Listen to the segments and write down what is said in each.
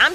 I'm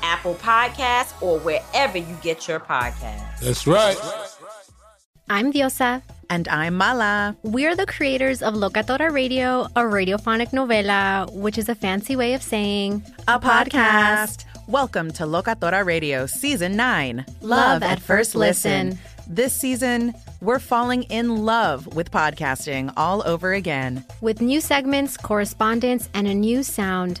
Apple Podcasts, or wherever you get your podcasts. That's right. I'm Diosa. And I'm Mala. We're the creators of Locatora Radio, a radiophonic novela, which is a fancy way of saying a podcast. Welcome to Locatora Radio Season 9 Love, Love at, at First Listen. listen. This season, we're falling in love with podcasting all over again. With new segments, correspondence, and a new sound.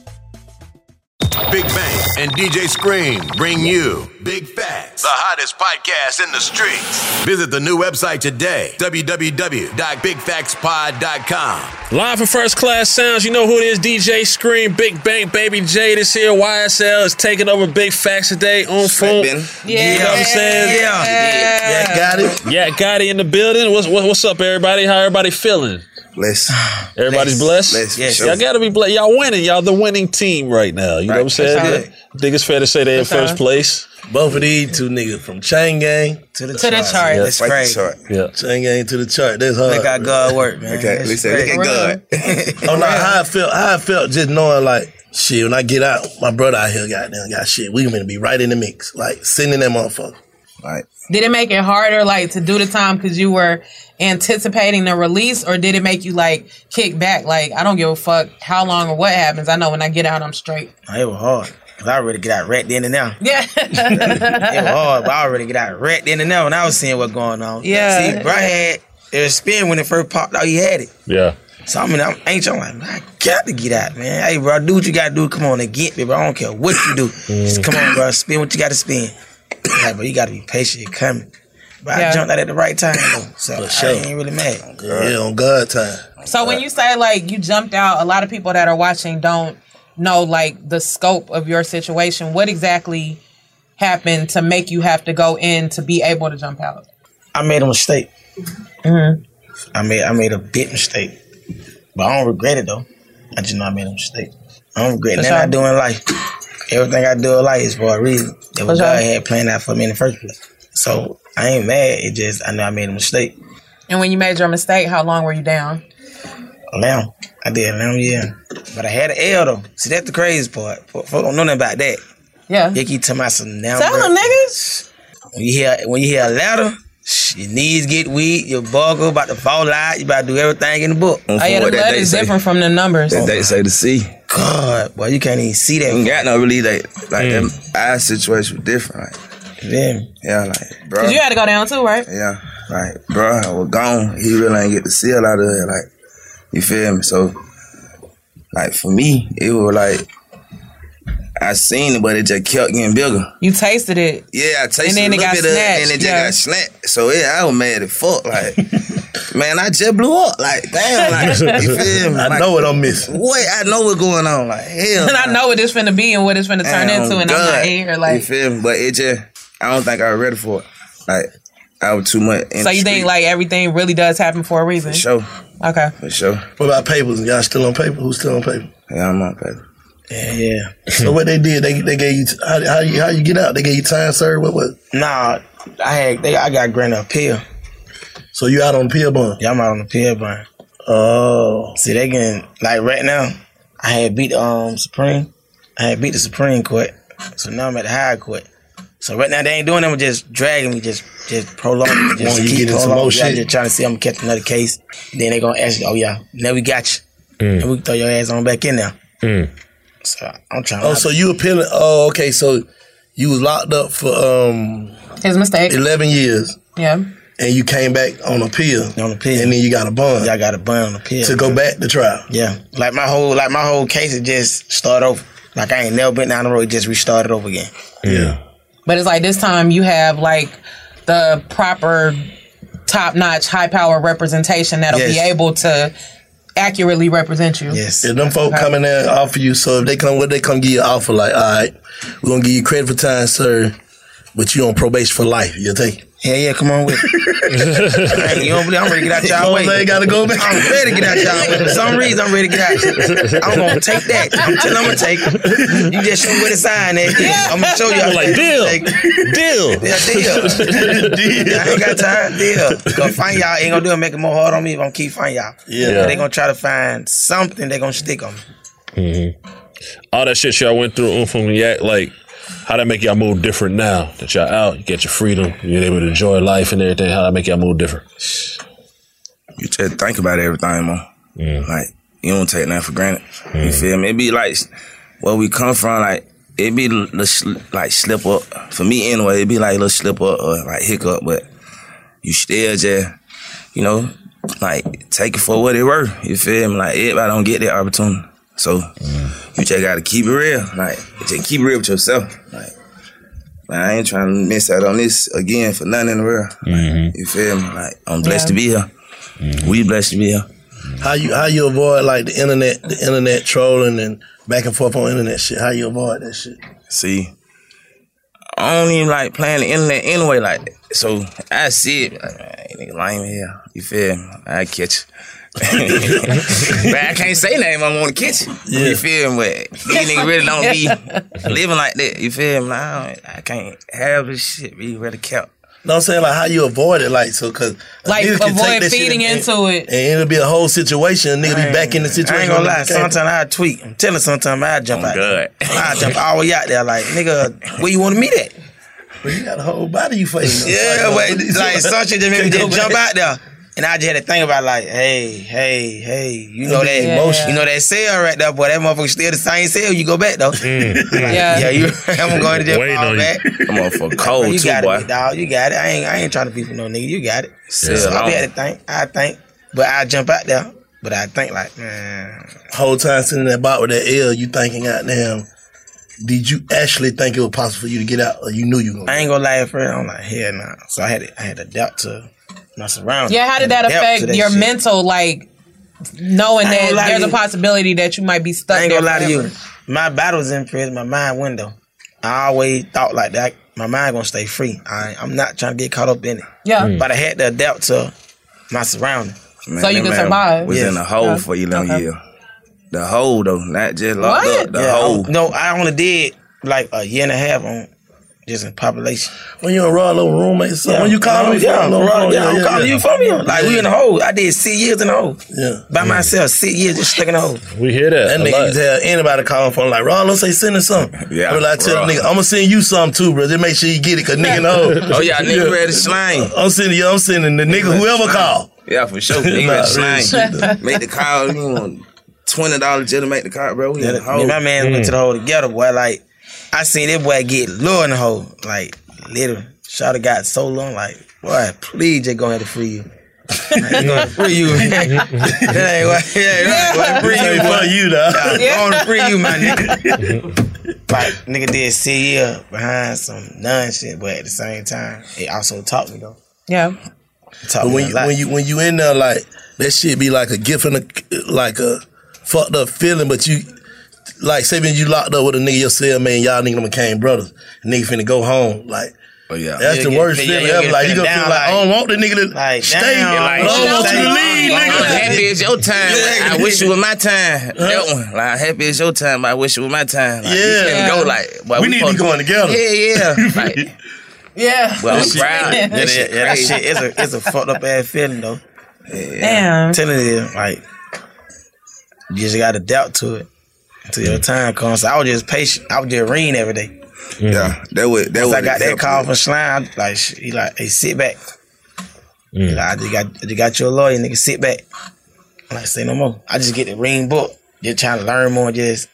Big Bang and DJ Scream bring you Big Facts, the hottest podcast in the streets. Visit the new website today, www.bigfactspod.com. Live for First Class Sounds, you know who it is, DJ Scream, Big Bang, Baby J. This here, YSL is taking over Big Facts today on Slipping. phone. Yeah. You know what I'm saying? Yeah. Yeah, got it. Yeah, got it in the building. What's, what, what's up, everybody? How everybody feeling? Bless. Everybody's blessed. Bless. Yes. Y'all gotta be blessed. Y'all winning. Y'all the winning team right now. You know what I'm saying? That's I think it's fair to say they're in That's all first right. place. Both of these two niggas from Chain Gang to the To the chart. That's Right great. to chart. Yeah. Chain Gang to the chart. That's hard. Look at God work, man. Okay, That's listen, great. look at I don't know Oh, how I felt. How I felt just knowing like shit. When I get out, my brother out here, goddamn, got shit. We gonna be right in the mix, like sending that motherfucker. Right. Did it make it harder, like, to do the time because you were anticipating the release, or did it make you like kick back? Like, I don't give a fuck how long or what happens. I know when I get out, I'm straight. Nah, It was hard. Cause I already get out wrecked in and out. Yeah, It was hard, but I already get out wrecked in and out when I was seeing what going on. Yeah. See, bro, I had it was spin when it first popped out. He had it. Yeah. So I mean, I'm anxious. I'm like, man, I got to get out, man. Hey, bro, do what you got to do. Come on and get me, bro. I don't care what you do. Just come on, bro. Spin what you got to spin. Like, bro, you got to be patient. It coming. But Yeah. I jumped out at the right time, though. So sure. I ain't really mad. Yeah, on God time. So when you say like you jumped out, a lot of people that are watching don't know like the scope of your situation. What exactly happened to make you have to go in to be able to jump out? I made a mistake. Mm-hmm. I made I made a big mistake, but I don't regret it though. I just know I made a mistake. I don't regret For nothing I sure. do in life. Everything I do in life is for a reason. That was For God sure. had planned out for me in the first place. So I ain't mad. It just I know I made a mistake. And when you made your mistake, how long were you down? A lamb. I did a lamb, yeah. But I had an L though. See that's the crazy part. Folk folk don't know nothing about that. Yeah, They keep talking about some now. tell them niggas. When you hear when you hear a ladder, your knees get weak, your ball go about to fall out, you about to do everything in the book. Oh yeah, the blood is different from the numbers. That they say to see. God, boy, you can't even see that. Ain't got no really that like them Mm. eye situation was different. Like, Yeah. yeah, like bro. Cause you had to go down too, right? yeah, like bro, I was gone. He really ain't get to see a lot of it. Like you feel me? So like for me, it was like I seen it, but it just kept getting bigger. You tasted it. Yeah, I tasted then a it little got bit of it, and snatched, it just yeah. got snapped. So yeah, I was mad as fuck. Like, man, I just blew up. Like, damn, like, you feel me? I Like, know what I'm missing. What I know what's going on. Like, hell, And I know what it's finna be and what it's finna turn into, and I'm not here. you Like, feel me? But it just, I don't think I was ready for it. Like, I was too much. In so the you think street. like everything really does happen for a reason? for sure, Okay. for sure. What about papers? Y'all still on paper? Who's still on paper? Yeah, I'm on paper. Yeah, yeah. so what they did? They they gave you how how you how you get out? They gave you time served. What what? Nah, I had they, I got granted a pill. So you out on the pill bond? Yeah, I'm out on the pill burn. Oh, See, they getting like right now. I had beat um Supreme. I had beat the Supreme Court. So now I'm at the High Court. So right now they ain't doing them, just dragging me, just just prolonging, just Well, you keep get into prolonging. more I'm shit. just trying to see I'm catch another case. Then they gonna ask you, oh yeah, now we got you, Mm. and we can throw your ass on back in there. So I'm trying. Oh, so you appealing? Oh, okay. So you was locked up for um His mistake. eleven years, Yeah. and you came back on appeal. On appeal, and then you got a bond. I got a bond on appeal to go back to trial. Yeah, like my whole like my whole case is just start over. Like I ain't never been down the road, just restarted over again. Yeah. But it's like this time you have like the proper top notch, high power representation that'll be Yes. able to accurately represent you. If them folk come in there and offer you, so if they come, what they come give you an offer, like, all right, we're going to give you credit for time, sir, but you on probation for life. You'll take it. Yeah, yeah, come on with it. Hey, you don't believe I'm ready to get out y'all way. They got to go back. I'm ready to get out y'all way. For some reason, I'm ready to get out. I'm gonna take that. Tell I'm gonna take. it. You just show me where to sign that. I'm gonna show you. I'm like, deal. deal. Yeah, deal. deal. I ain't got time. Deal. Gonna find y'all. Ain't gonna do it. Make it more hard on me. If I'm keep find y'all. Yeah. They gonna try to find something. They gonna stick on me. Mm-hmm. All that shit y'all went through, oomph, and yak, like, how that make y'all move different now that y'all out, you get your freedom, you're able to enjoy life and everything. How that make y'all move different? you just think about everything, man. Like you don't take nothing for granted. You feel me? It be like where we come from, like it be l- l- sl- like slip up for me anyway. It be like a little slip up or like hiccup, but you still just you know like take it for what it worth. You feel me? Like everybody don't get that opportunity, so you just gotta keep it real. Like just keep it real with yourself. Like. man, I ain't trying to miss out on this again for nothing in the world. Like, you feel me? Like I'm blessed to be here. We blessed to be here. How you how you avoid like the internet the internet trolling and back and forth on internet shit? How you avoid that shit? See, I don't even like playing the internet anyway like that. So I see it. Like, man, nigga lame here. You feel me? I catch you. but I can't say nothing. I want to catch you. You feel me? But these niggas really don't be living like that. You feel me? Like, I, don't, I can't have this shit. Be really kept. No, I'm saying like how you avoid it, like so because Like, avoid feeding into it, and it'll be a whole situation. A nigga be back in the situation. I ain't gonna on lie. the camera. Sometimes I tweet. I'm telling. Sometimes I jump out. I jump all the way out there. Like nigga, where you want to meet at? But you got a whole body you fighting. Yeah, but like some shit just made me Can't go just jump back. out there. And I just had to think about like, hey, hey, hey, you know It'll be that emotion. you know that cell right there, boy. That motherfucker still the same cell. You go back though. Like, Yeah. yeah, you. I'm going to jail. Mm, Waiting fall on you. back. That motherfucker cold you too, got boy. It, dog. You got it. I ain't. I ain't trying to be for no nigga. You got it. Cell so I on. be had to think. I think, but I jump out there. But I think like, man, whole time sitting in that box with that L, you thinking, goddamn, did you actually think it was possible for you to get out, or you knew you? Gonna I ain't gonna lie, friend. I'm like, hell nah. So I had to, I had to adapt to my surroundings. Yeah, how did that Adapt to affect that your shit. mental like knowing I ain't that gonna lie there's to a you. possibility that you might be stuck I ain't there gonna lie to forever? you. My battle's in prison, my mind window. I always thought like that. My mind gonna stay free. I, I'm not trying to get caught up in it. Yeah. Mm. But I had to adapt to my surrounding. Man, that man Was in a hole Yeah. for eleven years. The hole though, not just locked What? up. The Yeah, I- hole. No, I only did like a year and a half on just in population. When you in raw little roommate, so when you call I'm- me, yeah, I'm, little raw, phone, yeah, I'm yeah, calling yeah. you from here. Like we in the hole. I did six years in the hole Oh, Yeah. by myself. Six years just stuck in the hole. Oh, We hear that. That a nigga lot. tell anybody calling phone like, Ron, don't say send us something. Yeah, But I tell the Ron. nigga, I'm gonna send you something too, bro. Just make sure you get it, cause nigga know. Oh, yeah, nigga ready to slang. I'm sending you, I'm sending the nigga whoever call. Yeah, for sure. Nigga, Nah, slang. real shit, Make the call. You want twenty dollars just to make the call, bro? We in Yeah, the hole. my man went Mm. to the hole together, boy. Like, I seen that boy get low in the hole. Like, little. Shawty got so long, like, boy, please just go ahead and free you. I ain't gonna free you. that ain't what. Yeah, right. boy, Free you, boy. you though. Yeah, I wanna free you, my nigga. like, nigga did six years behind some nun shit, but at the same time, it also taught me, though. Yeah. Taught But me when a you, lot. when you when you in there, like that shit be like a gift and a like a fucked up feeling. But you like say when you locked up with a nigga your cellmate, and y'all nigga them became brothers. Nigga finna go home. Like Oh yeah, that's Yeah, the get- worst yeah, feeling yeah, ever. get Like you feeling gonna down, feel like I don't want the nigga to Like, stay. damn, I like, don't want stay. you to leave, Like, nigga. happy is your time. Like, I wish it was my time. That one. Like happy is your time. I wish it was my time. Like, Yeah. You can go like. boy, We need to supposed- be going together. Yeah, yeah. Like, Yeah. Well, I'm proud. Yeah, That that, shit yeah, that crazy. shit is a it's a fucked up ass feeling though. Damn. I'm telling you, like you just got to doubt to it until your time comes. So I was just patient. I was just reading every day. Yeah, that would that Once would. I got that call from Slime, I- like sh- he like, hey, sit back. He like, I just got I just got you a lawyer, nigga, sit back. I'm like, say no more. I just get the ring book. Just trying to learn more, just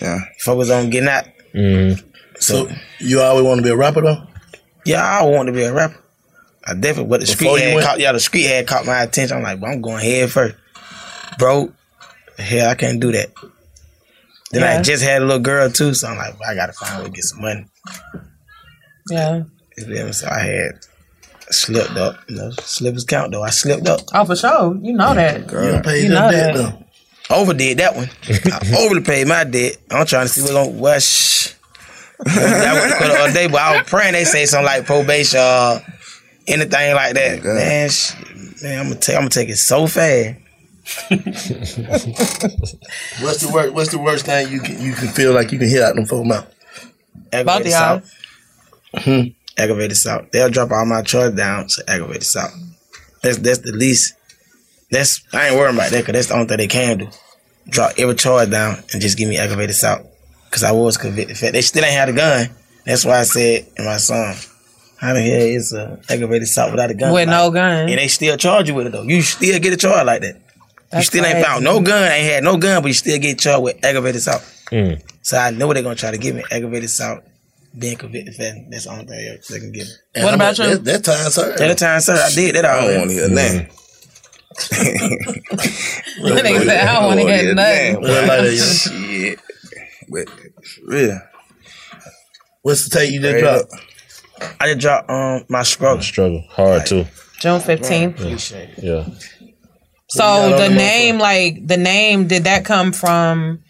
yeah. focus on getting out. Mm-hmm. So you always want to be a rapper though? Yeah, I want to be a rapper. I definitely, but the Before street you had went- caught, yeah, the street had caught my attention. I'm like, well, I'm going head first, bro. Hell, I can't do that. Then Yeah. I just had a little girl too, so I'm like, well, I gotta find a way to get some money. Yeah. You feel me? So I had slipped up. You know, slippers count though. I slipped up. Oh, for sure. You know that. Girl. You paid You them know back that. though. Overdid that one. I overly paid my debt. I'm trying to see what's on what sh- I went to court the other day, but I was praying they say something like probation or anything like that. God. man, sh- man, I'm gonna take I'm gonna take it so fast. What's the worst? What's the worst thing you can you can feel like you can hear out them folk mouth? Both of Aggravated y'all. assault. Aggravated assault. They'll drop all my truck down to aggravated assault. That's that's the least. That's I ain't worrying about that because that's the only thing they can do. Drop every charge down and just give me aggravated assault because I was convicted. In fact, they still ain't had a gun. That's why I said in my song, how the hell is a aggravated assault without a gun? With no Like, gun. And they still charge you with it though. You still get a charge like that. you That's still ain't crazy. found no gun. Ain't had no gun, but you still get charged with aggravated assault. Mm. So I know they're gonna try to give me aggravated assault, being convicted felon. That's the only thing they- they can give me. And What I'm about like, you? That, that time, sir. At the time, sir, I did that. I I don't want to hear nothing. Nigga said, I don't want to hear nothing. Well, like that, yeah. Shit. But for real. What's the tape you just Straight dropped? I just dropped um my struggle. Struggle hard too. June 15th. Appreciate it. Yeah. So Yeah, the the name, like the name, did that come from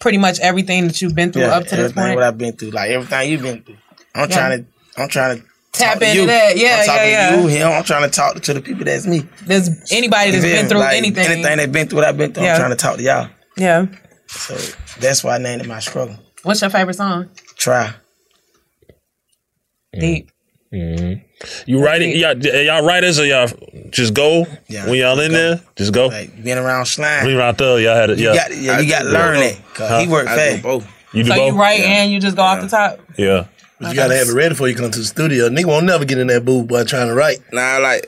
pretty much everything that you've been through Yeah, up to this everything point? what I've been through, like everything you've been through. I'm Yeah. trying to, I'm trying to Tap talk to into you. that. Yeah, I'm talking yeah, to yeah. You, him. I'm trying to talk to the people that's me. There's anybody that's been through Like, anything. anything that's been through what I've been through. Yeah. I'm trying to talk to y'all. Yeah. So that's why I named it my struggle. What's your favorite song? Try. Deep. Mm-hmm. You writing? Y'all, y'all writers or y'all just go Yeah, when y'all in go. there? Just go. Like being around slime. We right there. Y'all had it. You Yeah. got, yeah, you I got to do learn both. that. 'cause he worked I do fast. both. You do So both. you write and you just go off the top. Yeah. But you gotta have it ready before you come to the studio. Nigga won't never get in that booth boy trying to write. Nah, like,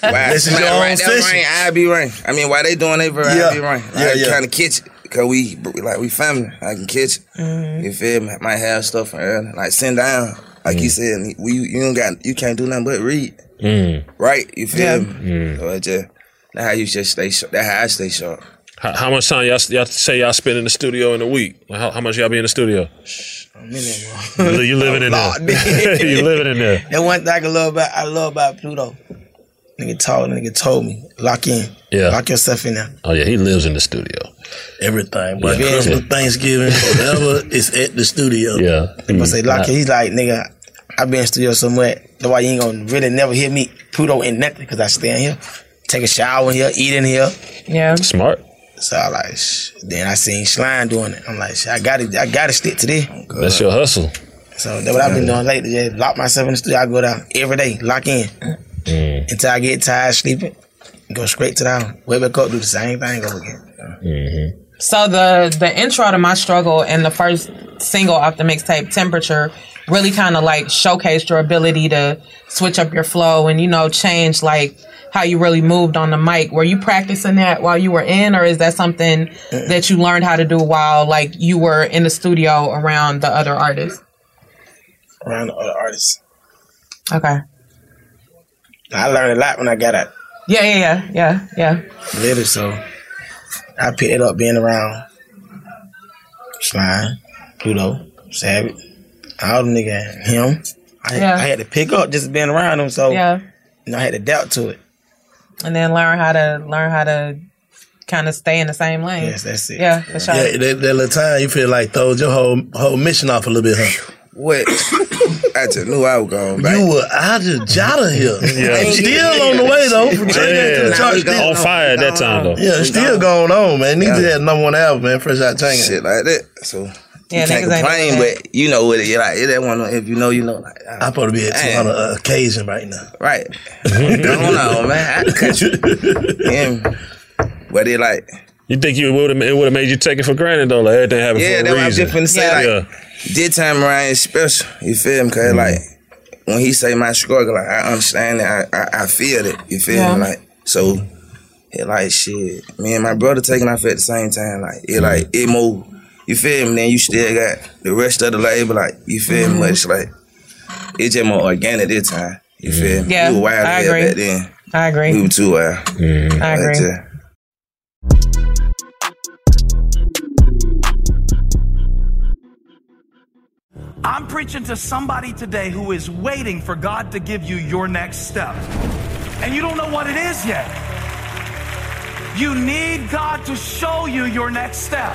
why This is somebody your own write that session. Rain, I be rain. I mean, why they doing they verse, Yeah. I be rain. Like, Yeah, yeah. trying to catch it because we we like we family. I can catch it. Mm-hmm. You feel me? Might have stuff from earlier. Like sit down, like Mm. you said. We you don't got you can't do nothing but read. Mm. Right? You feel Yeah. me? Mm. So it just that how you just stay. sharp. That how I stay sharp. How, how much time y'all, y'all say y'all spend in the studio in a week? How, how much y'all be in the studio? I'm in there, bro. You li- you living in there. you living in there. That one thing I love about I love about Pluto. Nigga told nigga told me lock in. Yeah. Lock yourself in there. Oh yeah, he lives in the studio. Everything, boy. Yeah. Christmas, Thanksgiving, whatever is at the studio. Yeah. Mm. But say lock in. He's like nigga. I been in studio somewhere. That's why you ain't gonna really never hear me Pluto in nothing because I stay in here, take a shower in here, eat in here. Yeah. Smart. So I like. Shh. Then I seen Slime doing it. I'm like, shh, I gotta, I gotta stick to this. That's your hustle. So that's what I've been doing lately. Just lock myself in the studio. I go down every day, lock in Mm. until I get tired sleeping. Go straight to the house. Wake back up, do the same thing over again. Mm-hmm. So the the intro to my struggle and the first single off the mixtape, Temperature, really kind of like showcased your ability to switch up your flow and you know change like how you really moved on the mic. Were you practicing that while you were in, or is that something that you learned how to do while like you were in the studio around the other artists? Around the other artists. Okay. I learned a lot when I got out. Yeah, yeah, yeah, yeah, yeah. Little, so I picked it up being around Slime, Pluto, Savage, all them nigga, him. I, had- Yeah. I had to pick up just being around him, so Yeah. you know, I had to doubt to it. And then learn how to learn how to kind of stay in the same lane. Yes, that's it. Yeah, for sure. Yeah, that, that little time you feel like throws your whole whole mission off a little bit, huh? What? I just knew I was going back. You were out of Jada here. Yeah. And still on the way though. From Trinidad to the Yeah. church, On still- fire at that time though. Yeah, it's still going on, man. Niggas had number one album, man. Fresh out Tango. shit like that. So Yeah, you niggas ain't can't complain, doing that. but you know what? It, like it ain't one. of- If you know, you know. Like, I- I'm supposed to be at two on an occasion right now. Right. I don't know, man. I cut you. Him. But it like You think you would have it would have made you take it for granted though? Like everything happened Yeah, for a that's what I was reason. just finna say. Like, this time around is special. You feel me? Mm-hmm. because like when he say my struggle, like I understand it. I I, I feel it. You feel Yeah. me? Like so, it like shit. Me and my brother taking off at the same time. Like Mm-hmm. it like it move. You feel me? Then you still got the rest of the label. Like you feel Mm-hmm. me? Much like it just more organic this time. You Mm-hmm. feel me? Yeah, we were wild I as hell agree. back then. I agree. We were too wild. Mm-hmm. I agree. But, uh, I'm preaching to somebody today who is waiting for God to give you your next step. And you don't know what it is yet. You need God to show you your next step.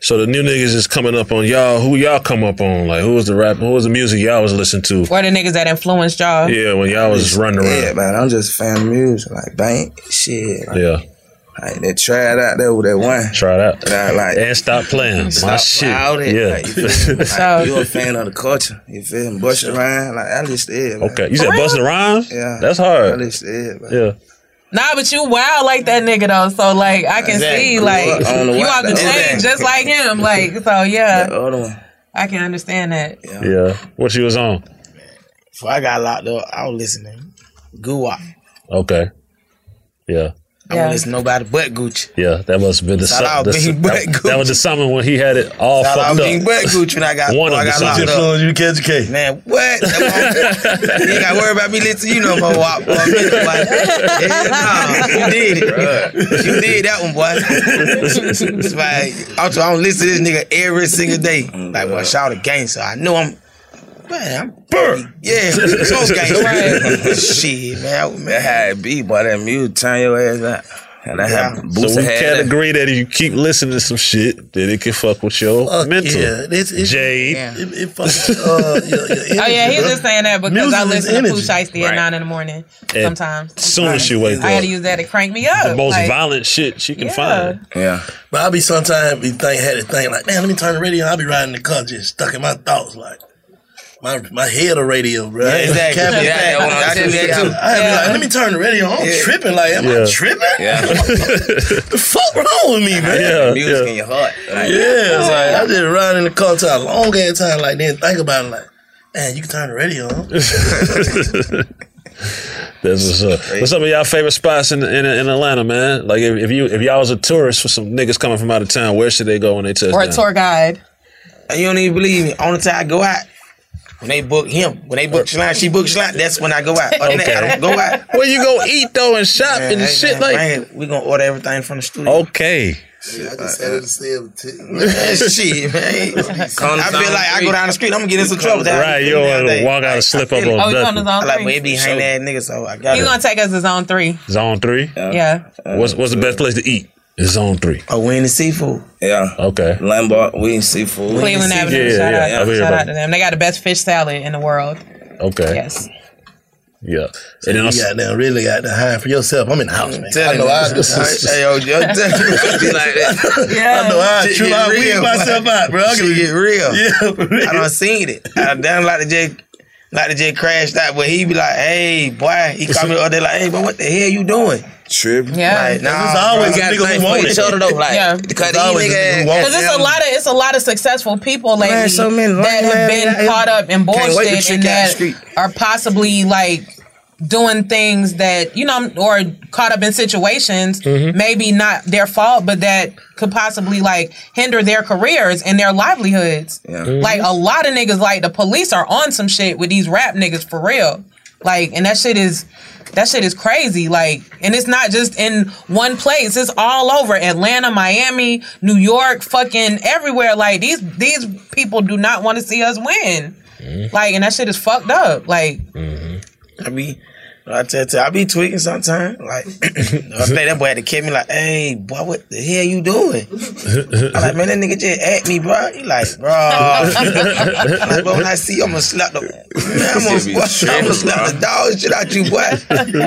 So the new niggas is coming up on y'all. Who y'all come up on? Like who was the rap? Who was the music y'all was listening to? Or the niggas that influenced y'all. Yeah, when y'all was running around. Yeah, man, I'm just a fan of music, like bank shit. Like, yeah. Like they tried out there with that one. Try it out. Like, like, and stop playing. My Stop shit. Out it. Yeah. Like, you, feel me? So- like, you a fan of the culture. You feel me? Busta Rhymes. Like I listen to it. man. Okay, you said Busta Rhymes? Yeah. That's hard. I listen to it. man. Yeah. Nah, but you wild like that nigga though. So like I can Exactly. see like Well, I don't know you why out the that- chain just like him. Like so yeah. The other one. I can understand that. Yeah. What you was on? Before I got locked up, I was listening. Goo Wop. Okay. Yeah. I don't listen to nobody but Gucci. Yeah, that must have been the, Shout su- out the Big su- Black that, that was the summer when he had it all Shout out fucked Big up. Black Gucci when I got- when one of I the got locked summers. up. Influence you, catch K. Man, what? That one- you ain't got to worry about me listening to you no more, Wop. boy. I'm just Like, yeah, nah, you did it. You did that one, boy. It's like, also, I don't listen to this nigga every single day. Like, well, shout out to gangster. I know I'm, man, I'm burnt. Yeah, so gangster. Shit, man. Man, how it be, boy? That music turn your ass out. And I have So boots we had can't that. agree that if you keep listening to some shit, then it can fuck with your Fuck mental. yeah, it's- it's- Jade. Yeah. It, it fucking, uh, your, your oh yeah, energy, he's bro. just saying that because Music I is listen to Pooh energy. Shiesty at Right. nine in the morning And sometimes. soon as she Sometimes. wake I had to up. use that to crank me up. The most like- violent shit she can Yeah. find. Yeah. But I be sometimes be think had to think like, man, let me turn the radio. on." I be riding the car just stuck in my thoughts like. My, my head of radio, bro. Yeah, exactly. Can't be Yeah, I thinking. had one. I did that too. I had be like, Yeah. let me turn the radio on. I'm Yeah. tripping. Like, am Yeah. I tripping? Yeah. the fuck wrong with me, man? music in your heart. Like, Yeah, it's like, like- I just ride in the car to a long ass time, like then think about it, like, man, you can turn the radio on. That's what's up. What's some of y'all favorite spots in in, in Atlanta, man? Like if, if you if y'all was a tourist for some niggas coming from out of town, where should they go when they touch or a down? tour guide. You don't even believe me. Only time I go out when they book him. When they book Shalon, she book Shalon. That's when I go out. Other than that, I Okay. don't go out. Where you go eat though and shop Man, and hey, shit man, like? man, we gonna order everything from the studio. Okay. I just said it to say Man, shit, man. I Come feel down like I the go down the street, I'm gonna get in some trouble. That Right, you don't wanna walk out and slip up on nothing. I like when it be hang that nigga, so I got He's gonna take us to zone three. Zone three. Yeah. Uh, What's what's the best place to eat? It's zone three. Oh, we in the seafood. Yeah. Okay. Lombard, we in seafood. We in Cleveland seafood. Avenue. Yeah, shout yeah, out, yeah. I hear shout about out to them. They got the best fish salad in the world. Okay. Yes. Yeah. So you got down, really got to hide for yourself. I'm in the house, man. I telling know you. I oh, Hey, yo, yo, be like that. I know I Shit true. get I real. weed myself out, bro. I'm Shit get real. Yeah, for real. I done seen it. I done like the J, like the J crashed out, but he be like, "Hey, boy," he called me the other day like, "Hey, bro, what the hell you doing?" Tripping. Yeah. Like, nah, It's always bro. a We nigga who got want for it. each other though. Like, Yeah. because It's these always a nigga niggas who want Because it's a lot of it's a lot of successful people lately Man, so many that lying have ass been out here. caught up in Can't wait to bullshit trick and you out the that street. are possibly like doing things that you know or caught up in situations maybe not their fault but that could possibly like hinder their careers and their livelihoods Mhm. like a lot of niggas like the police are on some shit with these rap niggas for real like and that shit is that shit is crazy like and it's not just in one place it's all over atlanta miami new york fucking everywhere like these these people do not want to see us win like and that shit is fucked up like Mm-hmm. I be, I tell, tell I be tweaking sometimes. Like, I think that boy had to catch me like, "Hey, boy, what the hell you doing?" I'm like, man, that nigga just at me, bro. He like, bro. I'm like, bro, when I see you, I'm gonna slap the, man, I'm Shit be gonna, I'm tripping, gonna slap the dog shit out you, boy.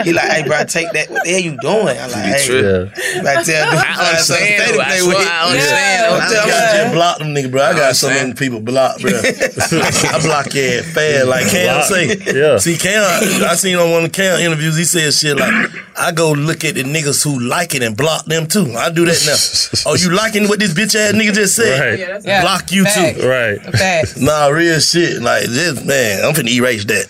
He like, hey, bro, take that. What the hell you doing? I'm like, You be hey, tripping. like, tell them, I understand, though. I swear I understand, though. I'm telling I you. just blocked them nigga, bro. I got so many people blocked, bro. I block your ass fast. Like Cam Block. say. Yeah. See, Cam, I seen on one of Cam interviews, he said shit like, I go look at the niggas who like it and block them too. I do that now. oh, you liking what this bitch ass nigga just said? Right. Yeah, that's right. Block you Facts. too. Right. Facts. Nah, real shit. Like this man, I'm finna erase that.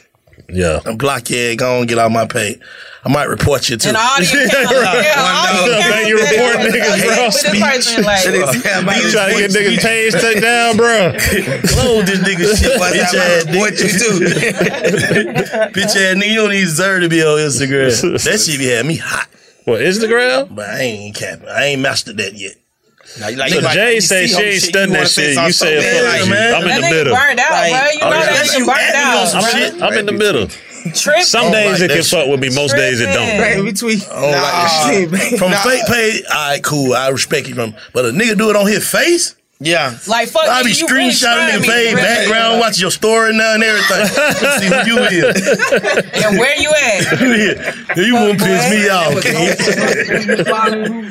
Yeah. And block your ass, go on get out my pay. I might report you too. and all these accounts, yeah, all One these dog. accounts Man, you that- report niggas, that- bro. with this person, like, You trying to get nigga chains taken down, bro? Close this nigga shit. What's Bitch that? ass nigga. What you do? Bitch ass nigga, you don't even deserve to be on Instagram. that shit be had me hot. Well, Instagram. But I ain't capping. I ain't mastered that yet. Now, you like, So you like- Jay you see say she all the ain't studying wanna that say shit. something You say it so bad, fuck you. man. I'm in that the nigga middle. burned out, Like, bro. You oh, know yeah. that nigga You burned acting on out. some bro. shit. I'm in the middle. Tripping. Some days it that can shit. fuck with me. Most days it don't. Right, between. I don't Oh, like that shit. From a fake page, all right, cool. I respect you from. But a nigga do it on his face. Yeah. Like fuck, I be you, you really screenshotting trying nigga me, page, really. background, watch your story now and everything. Let's see who you is. And where you at? you won't piss me off. kid.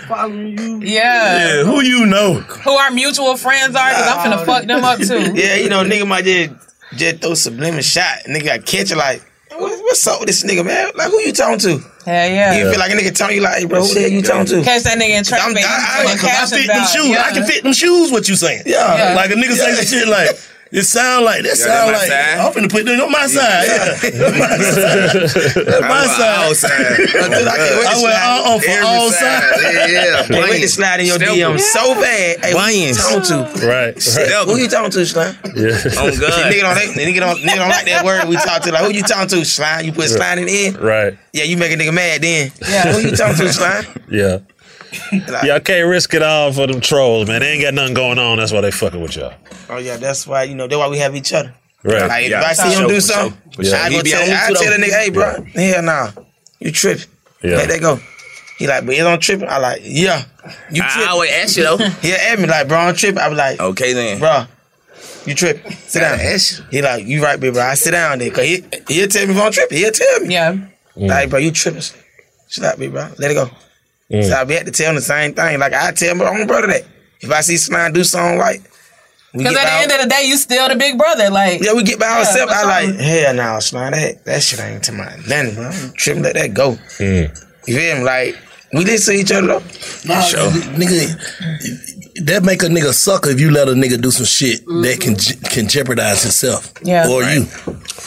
Yeah. yeah, who you know? Who our mutual friends are? Because I'm finna fuck them up too. Yeah, you know, nigga might just just throw subliminal shot. Nigga got catch it like, what, what's up with this nigga, man? Like, who you talking to? Hell yeah. You feel like a nigga talking you like, hey, bro, who the hell you talking to? Catch that nigga in I'm- traffic. I- I- Putting 'cause I captions fit them out. shoes. I Yeah. can fit them shoes. What you saying? Yeah. Yeah. Like a nigga say some shit like. It sound like that Yeah, that sound my like side. I'm finna put them on my side. Yeah. my side. That's my side. Outside. I can't wait to I went slide. all on for Every uh, all side. sides. Yeah, yeah. Can't wait to Playing. slide in your Simple. DM so bad. Hey, who you Buns. talking to? Right. Shit, Double. Who you talking to, Slime? Yeah. On God. Nigga don't, like- nigga, don't, nigga don't like that word we talk to. Like, who you talking to, Slime? You put Slime in the end? Right. Yeah, you make a nigga mad then. Yeah. Who you talking to, Slime? Yeah. Y'all can't risk it all for them trolls, man. They ain't got nothing going on. That's why they fucking with y'all. Oh yeah, that's why you know that's why we have each other. Right. Like Yeah, if I for see him sure, do for something, sure, for sure. I He go be tell, on I to tell the them. nigga, hey bro, hell nah, you tripping. Yeah. Let that go. He like, but you don't tripping. I like, yeah. You Ah, I tripping. always ask you, though. he asked me like, bro, I'm tripping. I was like, Okay then. bro, you tripping. Sit down. He like, you right, baby. I sit down there. Cause he, he'll tell me if I'm tripping. He'll tell me. Yeah. Like, bro, you tripping. Shut up, baby, bro. Let it go. Mm. So I be had to tell him the same thing. Like, I tell my own brother that. If I see Slime do something right, we Because get at the by- end of the day, you still the big brother. Like yeah, we get by ourselves. what's I wrong? like, hell no, nah, Slime, that, that shit ain't to my nothing, bro. I'm tripping, let that go. You feel me? Like, we listen to each other, though. Nah, nigga, that make a nigga sucker if you let a nigga do some shit that can je- can jeopardize himself Yeah. or you.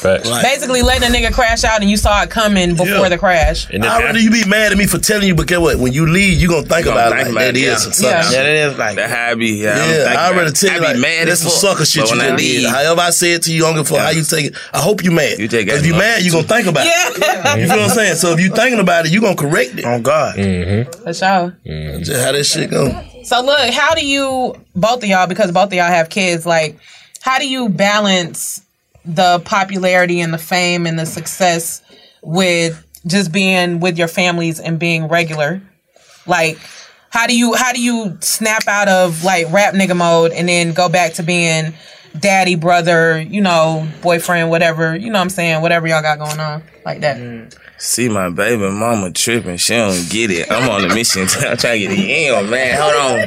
Like, basically letting a nigga crash out and you saw it coming before Yeah. the crash. I rather you be mad at me for telling you, but guess what? When you leave, you gonna think about it. Like, that is some sucker shit. that is like that. How I be? Yeah, I don't Yeah, think I about rather it. tell I you, be like, mad that's as some fuck, sucker shit but you when I just leave- did. However I say it to you, I'm gonna for how you take it. I hope you mad. You take If you mad, you gonna think about it. Yeah. You feel what I'm saying? So if you thinking about it, you gonna correct it. On God. Mm-hmm. For sure. Just how that shit go. So look, how do you both of y'all because both of y'all have kids like how do you balance the popularity and the fame and the success with just being with your families and being regular? Like how do you how do you snap out of like rap nigga mode and then go back to being daddy, brother, you know, boyfriend, whatever, you know what I'm saying, whatever y'all got going on like that. See my baby mama tripping. She don't get it. I'm on a mission. I'm trying to get the end, man. Hold on.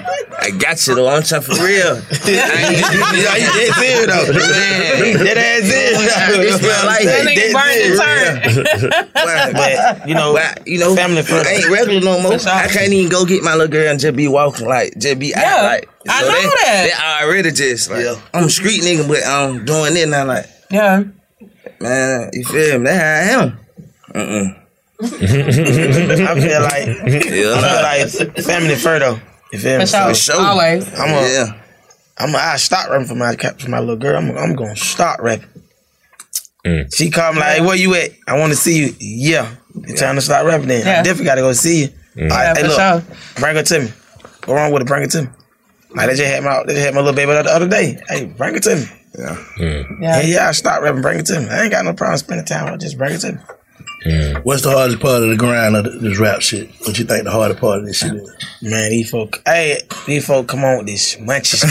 I got you though. I'm trying for real. Yeah, you dead serious, though. Man. Dead ass serious, though. This real life. That nigga Dead burned serious. the turn. Well, but, you know, you know, family first. I ain't regular no more. I can't even go get my little girl and just be walking like, just be out like. I know that. I already just like, I'm a street nigga, but I'm doing it now. Like, yeah, man, you feel me? That's how I am. Mm-mm. I feel like I feel like family first though. You feel me? For sure. For sure. Always. I'm a, Yeah. I'm a, I stop rapping for my cap- for my little girl. I'm i I'm gonna stop rapping. Mm. She come like, hey, where you at? I want to see you. Yeah, you time to stop rapping. Then Yeah. I definitely gotta go see you. All Mm. Yeah, right, hey, for look, sure. bring her to me. Go wrong with it? Bring it to me. Like they just had my they just had my little baby the other day. Hey, bring it to me. Yeah. Yeah, yeah. I stop rapping. Bring it to me. I ain't got no problem spending time. with her, Just bring it to me. What's the hardest part of the grind of this rap shit? What you think the hardest part of this shit is? Man, these folk, hey, these folk, come on with this munchies.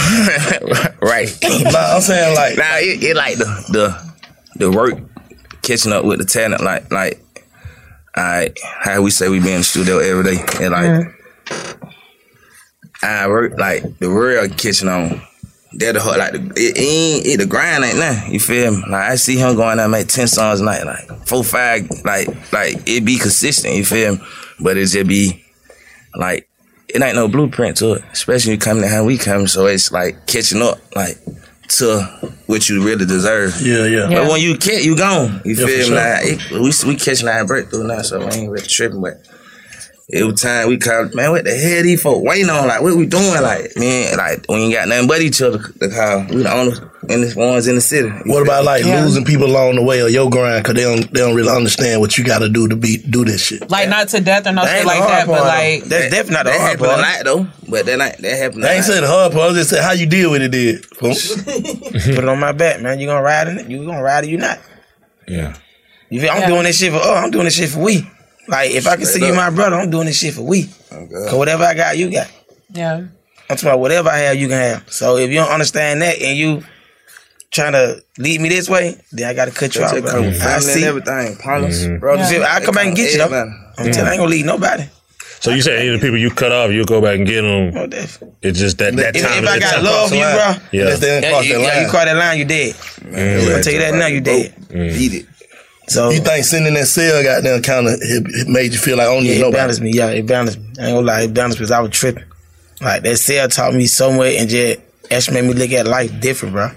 right. Nah, I'm saying like nah, it, it like the the the work catching up with the talent, like like I how we say we be in the studio every day, and like I work like the real kitchen on. That the hard, like the, it ain't it, the grind ain't nothing. You feel me? Like I see him going out and make ten songs a night, like four five, like like it be consistent. You feel me? But it just be like it ain't no blueprint to it, especially you coming to how we come. So it's like catching up, like to what you really deserve. Yeah, yeah. But Yeah. when you catch, you gone. You Yeah, feel me? for sure. Like, it- we we catching our breakthrough now, so I ain't really tripping. But it was time we called, man, what the hell these folk waiting on? Like, what we doing? Like, man, like, we ain't got nothing but each other to call. We the only in this ones in the city. What about like Yeah. losing people along the way or your grind because they don't they don't really understand what you got to do to be do this shit? Like not to death or no shit like that, but like definitely not the hard happened part. a lot, though. But that, ain't, that happened a I ain't lot. saying the hard part. I just said how you deal with it. Did Put it on my back, man. You gonna ride in it? You gonna ride it? You not? yeah. You feel, I'm Yeah. doing this shit for oh, I'm doing this shit for we. Like if I can Straight see you up. my brother, I'm doing this shit for we. Oh, Cause whatever I got, you got. Yeah. I'm talking about whatever I have, you can have. So if you don't understand that and you trying to lead me this way, then I gotta cut you That's out. it, bro. come with I family and see everything, partners, Mhm. brothers. You feel me? I They come back and come get you. though. everybody. I'm telling, I ain't gonna leave nobody. So you say any of the people you cut off, you'll go back and get them. It's just that that Oh, If, time. if I that got time love for you, bro, Yeah. yeah, you, yeah, you cross that line, you dead. Mm. I'm tell you that now, you dead. Eat it. So you think sitting in that cell got them kind of it, it made you feel like I don't need Yeah, it nobody? balanced me. Yeah, it balanced me. I ain't gonna lie, it balanced me because I was tripping. Like that cell taught me so much and just actually made me look at life different, bro.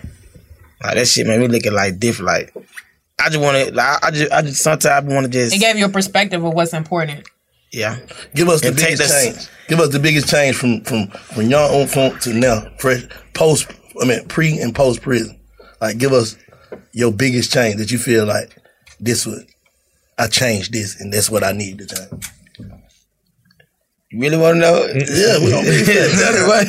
Like that shit made me look at life different. Like I just want to. Like, I just. I just sometimes want to It just. gave you a perspective of what's important. Yeah. Give us the And take biggest the- change. Give us the biggest change from from from your own phone to now, fresh post. I mean, pre and post prison. Like, give us your biggest change that you feel like this would. I changed this, and that's what I need to change. You really want to know? Yeah, we don't need Tell it what.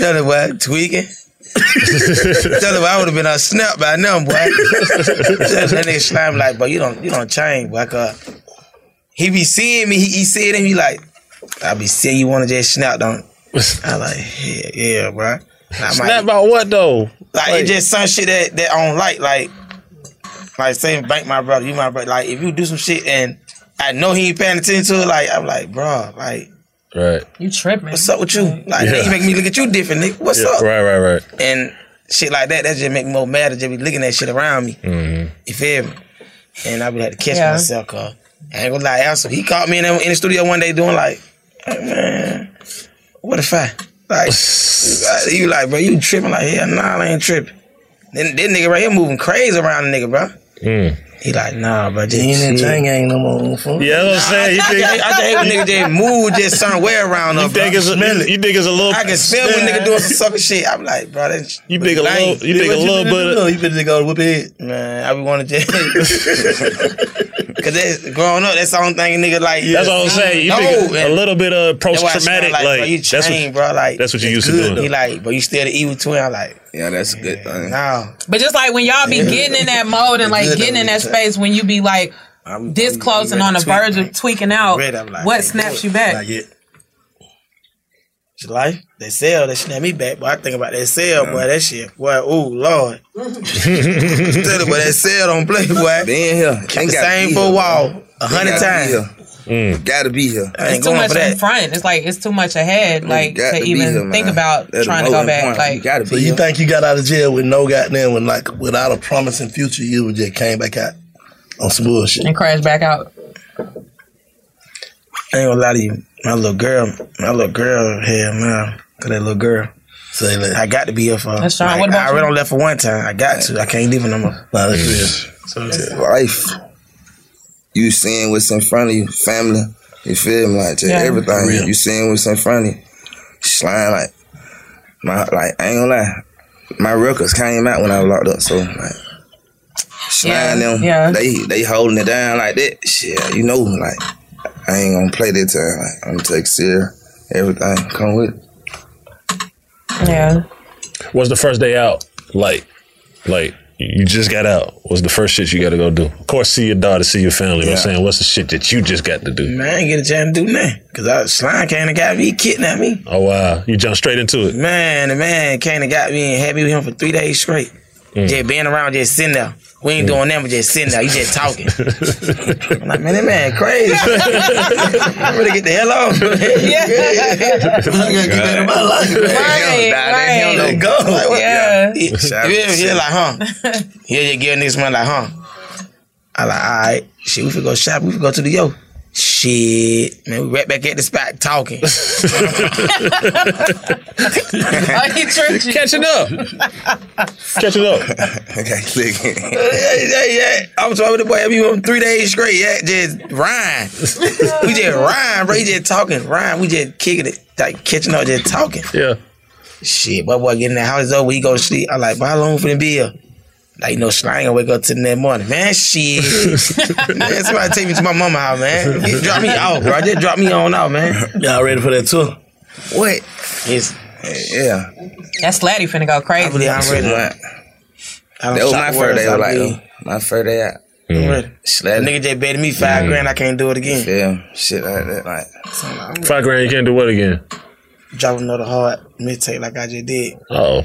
Tell it what. Tweaking. Tell it what. I would have been a snap by now, boy. Tell that nigga slime like, but you don't. You don't change, boy. 'cause he be seeing me. He, he see it and he like, I be seeing you want to just snap, don't? I like, yeah, yeah, bro. Snap about what though? Like, it just some shit that that I don't like. Like, like say bank my brother, you my brother. Like if you do some shit and I know he ain't paying attention to it, like I'm like, bro, like Right. You tripping? What's up with you? Like Yeah. nigga, you make me look at you different, nigga. What's Yeah, up? Right, right, right. And shit like that, that just make me more mad to just be looking at shit around me. Mm-hmm. You feel me? And I would have to catch Yeah. myself, cause I ain't gonna lie. Also, he caught me in the, in the studio one day doing like, "Hey, man, what if I? Like, Uh, you like, bro, you tripping? Like, yeah, nah, I ain't tripping. Then this nigga right here moving crazy around the nigga, bro. He like, nah, bro. Just He ain't in chill." Jang ain't no more. fool. Yeah, that's what I'm saying. You think- I just- I just hate when nigga just move just certain way around You up, think bro. it's a Smell it. you think it's a little? I can smell when nigga doing some sucker shit. I'm like, bro, that You think a little- you think a little bit of- You better just go to whip it. Man, I be wanting to just. Cause that's growing up. That's the only thing a nigga like. That's what I'm saying. You think a- a little bit of That's why I smell post-traumatic, Like, bro, like, you that's what- changed, bro. Like that's what you used to good, doing. He like, but you still the evil twin. I'm like, yeah, that's a good thing. Nah, But just like when y'all be Yeah. getting in that mode and like Good, getting in that I'm space when you be like this close and ready on the to tweak, verge of tweaking out, what snaps you back? Like it. July, they sell. They snap me back. But I think about that sell, boy. That shit, boy. Oh Lord. Tell it, boy. That sell on play, boy. Been here. Kept the same for a while, a hundred times. Gotta be here. I Mm. It's too much in front. It's like it's too much ahead, like got to to be even here, man. think about That's trying the to go most back. important. Like gotta So you think you got out of jail with no goddamn, with like without a promising future, you would just came back out on some bullshit. and crash back out. I ain't gonna lie to you. My little girl, my little girl, hell no. Cause that little girl. Say that. I got to be here for her. That's fine. What about I you? already left for one time. I got to. I can't leave her no more. Nah, that's life. You seeing what's in front of you, family. You feel me? Like just Yeah. everything. Real. You seeing what's in front of you. Slime like my like I ain't gonna lie. My records came out when I was locked up, so like slime Yeah, them. yeah. They they holding it down like that. Shit, you know, like I ain't gonna play that time. Like I'm gonna take serious. Everything come with it. Yeah. What's the first day out like? Like you just got out. What's the first shit you got to go do? Of course, see your daughter, see your family. You know what I'm Yeah. saying, what's the shit that you just got to do? Man, I ain't get a chance to do nothing. Cause I slime came and got me, he kidnapped me. Oh wow, you jumped straight into it. Man, the man came and got me and had me with him for three days straight. Mm. Just being around, just sitting there. We ain't doing nothing but just sitting there. You just talking. I'm like, man, that man crazy. I'm gonna get the hell off. Yeah. I'm gonna get out of my life. man. Right, Hell no. right. Let go. Like, what? Yeah. Yeah, yeah, yeah, like, huh? Yeah, yeah, giving niggas money, like, huh? I like, all right, shit, we finna go shop, we finna go to the yo. Shit, man, we right back at the spot talking. Oh, he tricked you. Catching up. Catching up. okay, click. yeah, yeah, yeah. I was talking to the boy. I mean, on three days straight. Yeah, just rhyme. we just rhyme, bro. He just talking, rhyme. We just kicking it, like catching up, just talking. Yeah. Shit, my boy, getting the house over. He go to sleep. I like, but how long finna be here? Like, no, shit, I ain't gonna wake up till the next morning, man. Shit, man, somebody take me to my mama house, man. Get- drop me out, bro. Just drop me on out, man. Y'all ready for that tour? What? It's yeah. That slatty finna go crazy. I believe I'm ready. I don't That was shock words, my first day. I was Like believe. though. my first day out. Mm. That nigga just betted me five grand. I can't do it again. Yeah, shit like that. Like, Five grand. You can't do what again? drop another hard mistake like I just did. Oh.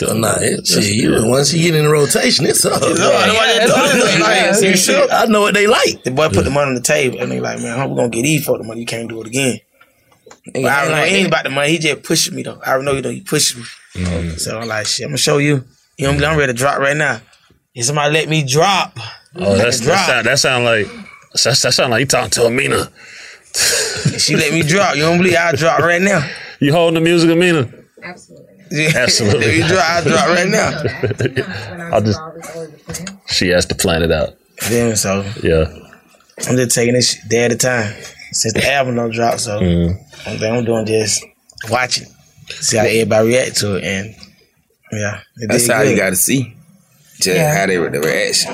Nah, it, shit, you, once you get in the rotation, it's up. You sure? I know what they like. The boy put the money on the table and they like, man, how we gonna get these for the money? You can't do it again. But I don't know anything about the money. He just pushed me though. I don't know you know he pushed me. Mm. So I'm like, shit, I'm gonna show you. You know what I'm, I'm ready to drop right now. If somebody let me drop, Oh, that's, drop. that, sound, that sound like that, that sound like you talking to Amina. she let me drop. You don't believe I drop right now. You holding the music, Amina? Absolutely. Let me drop, I drop right now. I'll just. She has to plan it out. Damn, so yeah, I'm just taking this shit day at a time. Since the album don't drop, so Mhm. only thing I'm doing just watching, see how everybody react to it, and yeah, it That's did how you good. got to see. Just Yeah. how they the reaction.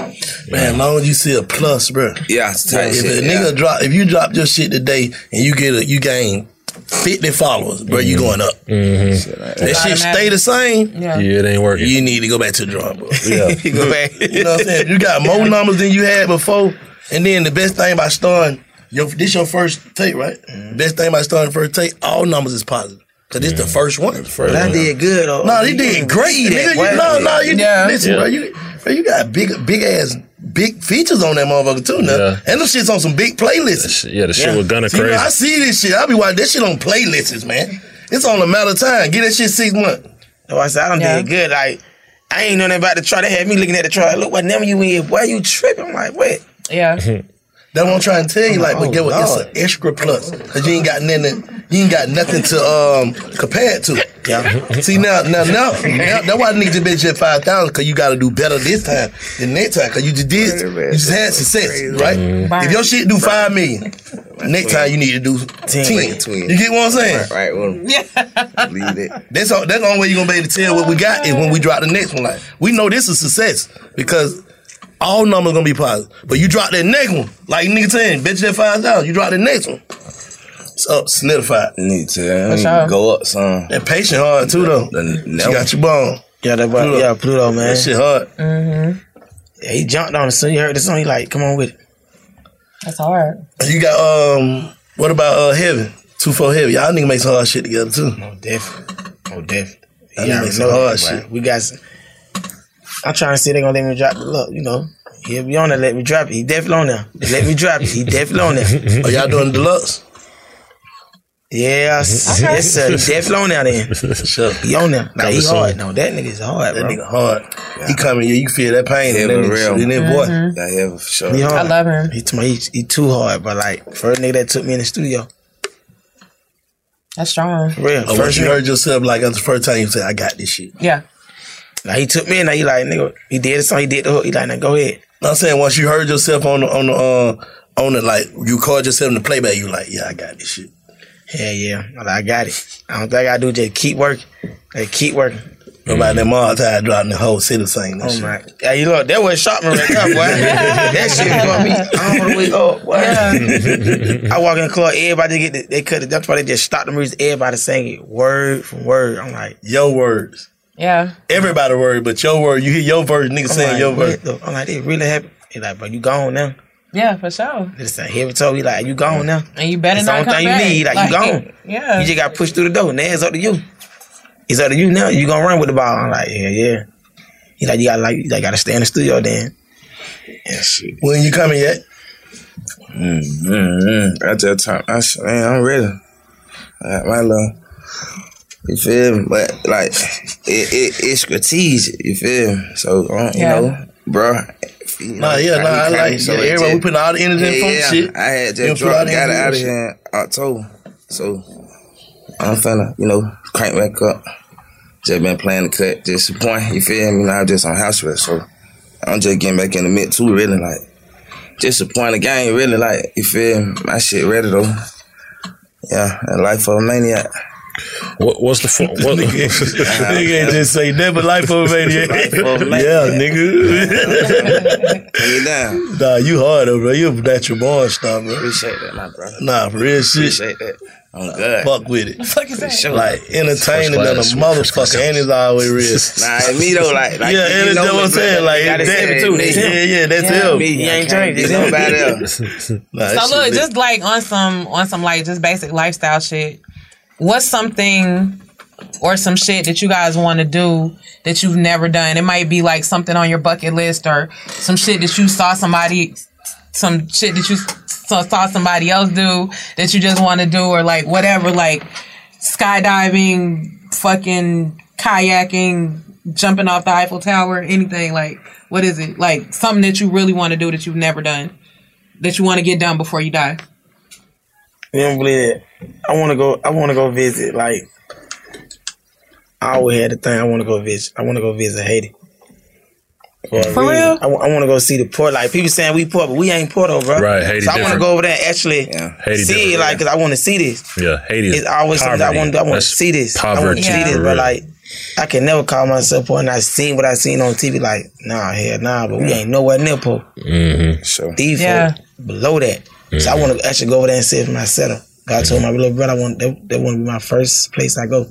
Man, as long as you see a plus, bro. Yeah, it's tight if shit, a yeah. nigga drop, if you drop your shit today and you get a, you gain fifty followers, bro, Mm-hmm. you going up. That shit stay the same. Yeah. it ain't working. You need to go back to the drawing board. Yeah. you know what I'm saying? If you got more numbers than you had before, And then the best thing about starting your this your first take, right? Best thing about starting first take, all numbers is positive. Cause this the first one. But I did good. No, on- nah, he did great. You Nigga, did you, no, no, you Yeah. listen, Yeah. bro. You, bro, you got big, big ass, big features on that motherfucker too. Now, and them shit's on some big playlists. yeah, the shit with Gunna See, you know, crazy. I see this shit. I be watching that shit on playlists, man. It's on a matter of time. Get that shit six months. So I said, I don't did good. Like, I ain't know nothing about the chart. They had me looking at the chart. Look what number you in. Why you tripping? I'm like, what? Yeah. That's what I'm trying to tell you. Like, oh, but get what? It's Lord. an extra plus because you ain't got nothing. You ain't got nothing to um compare it to. Yeah. See now, now, now, now that's why I need to bitch at five thousand because you got to do better this time than next time because you just did. You just had success, right? If your shit do five million, next time you need to do ten. You get what I'm saying? Right. Leave it. That's all, that's the only way you're gonna be able to tell what we got is when we drop the next one. Like we know this is success because all numbers gonna be positive. But you drop that next one, like nigga saying, bet you that five thousand. You drop the next one, it's up solidified. Need For to sure. go up some. That patient hard too though. She got you bone. Yeah, that boy, Pluto. yeah, Pluto, man. That shit hard. Mm-hmm. Yeah, he jumped on it. So he heard the song. He like, come on with it. That's hard. You got um, what about uh heaven? Two four heavy. Y'all nigga make some hard shit together too. No definitely. Oh, definitely. That Yeah, nigga I make some know hard that, shit. boy. We got. s- I'm trying to see if they gonna let me drop the look. You know, he'll be on there. Let me drop it. He definitely on there. Let me drop it. He definitely on there. Are Oh, y'all doing deluxe? Yes, Okay. yes, sir. He definitely on there. Then he on there. Nah, he hard. No, that nigga's hard. That bro. nigga hard. He coming here, you feel that pain in that Heaven nigga realm. shit, in that boy. Mhm. That heaven for sure. He hard. Mm-hmm. I love him. He, to me, he, he too hard, but like first nigga that took me in the studio. That's strong. For real. Oh, first first you nigga- heard yourself like that's the first time you said, I got this shit. Yeah. Now he took me in. Now he like nigga. He did the song. He did the hook. He like, now go ahead. I'm saying once you heard yourself on the on the uh, on the like you called yourself in the playback, you like, yeah, I got this shit. Yeah, yeah. I'm like, I got it. I don't think I do. Just keep working. Like, keep working. Nobody that Mars had dropping the whole city saying that Oh shit. my! Yeah, you look. That was shot me right there, boy. that shit got me. I don't want to wake up. Boy. I walk in the club. Everybody get the, they cut the That's why they just stop the music. Everybody sing it word for word. I'm like your words. Yeah. Everybody worried, but your word, you hear your verse, nigga saying like, your what verse. the- I'm like, it really happened. He like, but you gone now. Yeah, for sure. It's like heavy toe. He like, you gone now. And you better That's the not only thing come back. you need. Like, you gone. Yeah. You just got pushed through the door. Now it's up to you. It's up to you now. You gonna run with the ball. I'm like, yeah, yeah. He like, you gotta like, you like, gotta stay in the studio then. When you coming yet? Mm, mm, mm. At that time, I said, man, I'm ready. I got my love. You feel me? But like, it, it it's strategic. You feel me? So I don't- you Yeah. know, bro. You Nah, yeah, nah, I like- yeah, it everybody, just- we putting all the energy in yeah, funk yeah. shit. I had You just put all dropped, the got it energy in out of shit. here in October. So I'm finna, you know, crank back up. Just been playing the cut, just point. You feel me? Now I'm just on house arrest, so I'm just getting back in the mix too. Really, like disappointed game. Really, like you feel me? My shit ready though. Yeah, and life of a maniac. What, what's the fun? What? nigga ain't just say never life of a maniac. yeah, nigga. you down. Nah, you hard though, bro. You a natural born star, bro. Appreciate that, my brother. Nah, for real shit. Appreciate that. I'm good. Fuck with it. Fuck is that? Like entertaining than a motherfucker, and it's always real. Nah, it's me though, like- like, yeah, you and it's know that's what I'm it's saying. like- Like you gotta it's say that it, too. it's Yeah, him. yeah, that's Yeah, him. me, you ain't changed, it's nobody else. Nah, that so look, shit just like on some on some like just basic lifestyle shit. What's something or some shit that you guys want to do that you've never done? It might be like something on your bucket list or some shit that you saw somebody, some shit that you saw, saw somebody else do that you just want to do or like whatever, like skydiving, fucking kayaking, jumping off the Eiffel Tower, anything like what is it? Like something that you really want to do that you've never done that you want to get done before you die. You don't believe it. I want to go. I want to go visit. Like I always had the thing. I want to go visit. I want to go visit Haiti. For real? I want to go see the port. Like people saying we poor, but we ain't poor though, bro. Right, Haiti So I want to different. go over there and actually Haiti see it, different, like, cause I want to see this. yeah, Haiti. is It's always something I poverty. want. I want to That's see this. I want Poverty, to see this, for but real. like, I can never call myself poor. And I seen what I seen on TV. Like, nah, hell, nah. But we ain't nowhere near poor. Mhm. So These Yeah. folk below that. So I want to actually go over there and see it for myself. God told my little brother, I want that, that want to be my first place I go.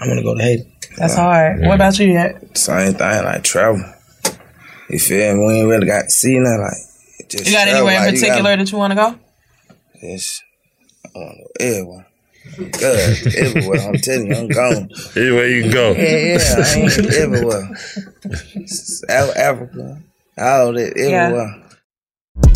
I want to go to Haiti. That's hard. What about you? Yet? Same thing, like travel. You feel me? We ain't really got to see nothing. Like Like just You got everybody. anywhere in You particular gotta- that you want to go? Yes. I don't know. Everyone. God, everywhere. I'm telling you, I'm gone. Anywhere you can go. Yeah, yeah. I ain't everywhere. S- Af- Africa. All that. Yeah. Everywhere.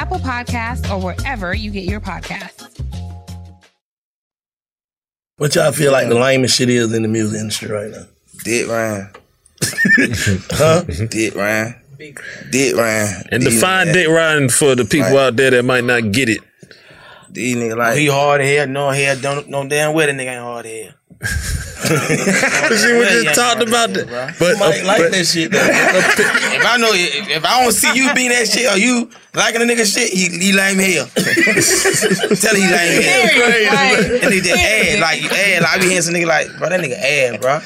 Apple Podcasts, or wherever you get your podcasts. What y'all feel like the lamest shit is in the music industry right now? Dick Ryan. huh? Dick Ryan. Dick Ryan. Mm-hmm. And These define niggas- Dick Ryan for the people out there that might not get it. These niggas like he hard of hell, no hell, don't no damn well that nigga ain't hard of hell. See, we just talked about that. But, uh, Might like but- that shit. Though. if I know, if, if I don't see you being that shit or you liking a nigga shit, he, he lame hell. Tell him he lame hell. Right. and he just add like add. Like, I be hearing some nigga like, bro, that nigga add, bro.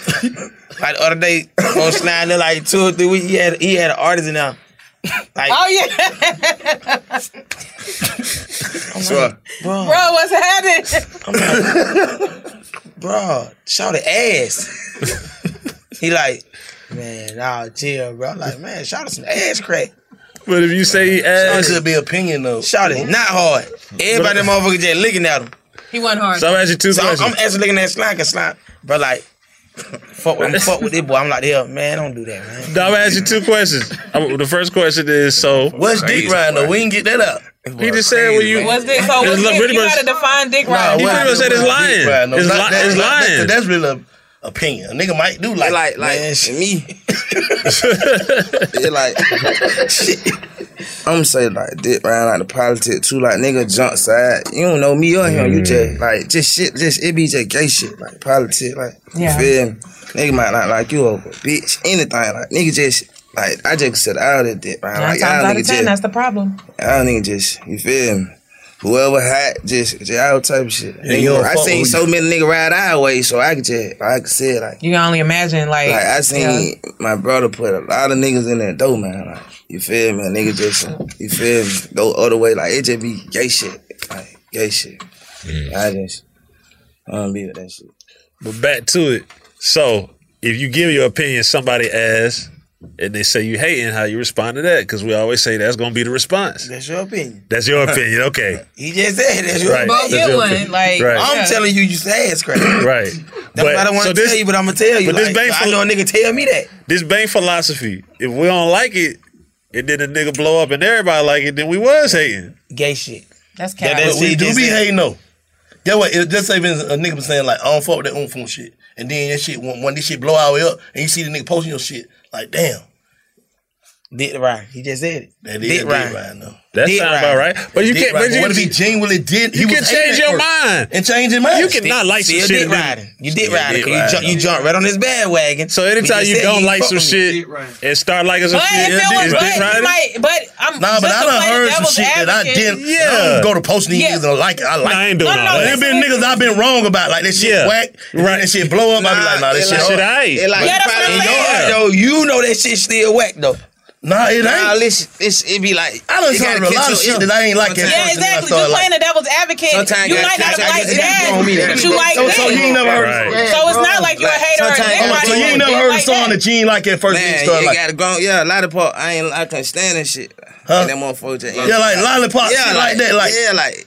Like the other day on Snyder, like two or three weeks, he had he had an artist in there. Like, Oh yeah, sure. bro, what's happening? bro, shout the ass. he like, man, nah, chill, bro. I'm like, man, shout some ass crack. But if you say ass, it could be opinion though. Shout it, not hard. Everybody, motherfucker, just looking at him. He went hard. So I'm asking two So I'm, questions. I'm actually looking at slime, cause slime, bro, like, fuck, with- I'm fuck with this boy. I'm like, yeah, man, don't do that, man. Now I'm gonna ask you two questions. I'm- the first question is so what's Dick Ryan though? We can get that up. He just said when you What's dick? So what's Look, dick? pretty You much- gotta define dick right. He pretty much said it's lying. Ryan, no, It's not li- that- it's not that- lying. That's really a opinion. A nigga might do like like like me. it like I'm saying like dick around like the politics too. Like nigga jump side. You don't know me or him. You Mm. just like just shit. Just it be just gay shit like politics. Like Yeah. you feel me? Nigga might not like you over bitch anything. Like nigga just like I just said out of that, man. Nine Like, times y'all out niggas of ten, just- that's the problem. I don't even just you feel me. Whoever hot, just, just all type of shit. Yeah, you don't I fuck seen with so you. many niggas ride our way, so I could just, I could say it like, You can only imagine, like, like I seen my brother put a lot of niggas in that door, man. Like, you feel me? A nigga just, you feel me? Go other way, like it just be gay shit, like gay shit. Mm. I just, I don't be with that shit. But back to it. So if you give your opinion, somebody asks, and they say you hating, how you respond to that? Because we always say that's gonna be the response. That's your opinion. That's your opinion. Okay. He just said that's your opinion. Right. But That's it your wasn't, opinion. like, Right. I'm yeah. telling you, you say it's crazy. right. That's But- what I don't want so to this- tell you, but I'm gonna tell you. but But this like, bank I know a nigga tell me that. This Bane philosophy. If we don't like it, and then the nigga blow up and everybody like it, then we was hating. Gay shit. That's That, that's we do be hating though. That what it just even a nigga been saying like I don't fuck with that oomph and shit, and then that shit one, one this shit blow our way up, and you see the nigga posting your shit like damn. Dick Ryan, he just said it. That Dick is Dick Ryan. Ryan. though. That sound about right. But you Dick can't- but Ryan. you What if can- he genuinely did? he you can was hating change at your first mind. and change your mind. You cannot like some Still shit. dick and then- riding. You did Still ride it. dick 'cause You, riding. jump, you jump right on his bandwagon. So Nigga anytime you said don't he like fuck some with me. shit and start liking some But shit, if it it's was, but, dick you riding. might, but I'm Nah, but just I to done play heard some devil's shit that I advocate. didn't. Yeah. I don't go to posting these Yeah. niggas and I like it. I like Nah, I it. ain't doing No, all no, that. There been niggas I've been wrong about, like this shit Yeah. whack. Right. That shit blow up. I be like, nah, this it shit like- hard. it like- But- in your heart, though, you know that shit still whack though. Nah, it Nah, ain't. listen, it's, it be like I done it started gotta a catch lot of your shit ear. that I ain't like at Sometimes- Yeah, first, and then I exactly. started You're playing like- the devil's advocate. Sometimes you I- might not sometimes I like just that, don't mean it. but you like so, this. so you ain't never heard Right. So it's not like you're a Like, hater. or sometimes- dick Oh, rider. So you ain't never heard a song that you ain't like at first. and Man, then you started like, gotta go. Yeah, lollipop. I ain't. I can't stand that shit. Huh? And that motherfucker. Just, Yeah, like lollipop, shit like that, like- yeah, like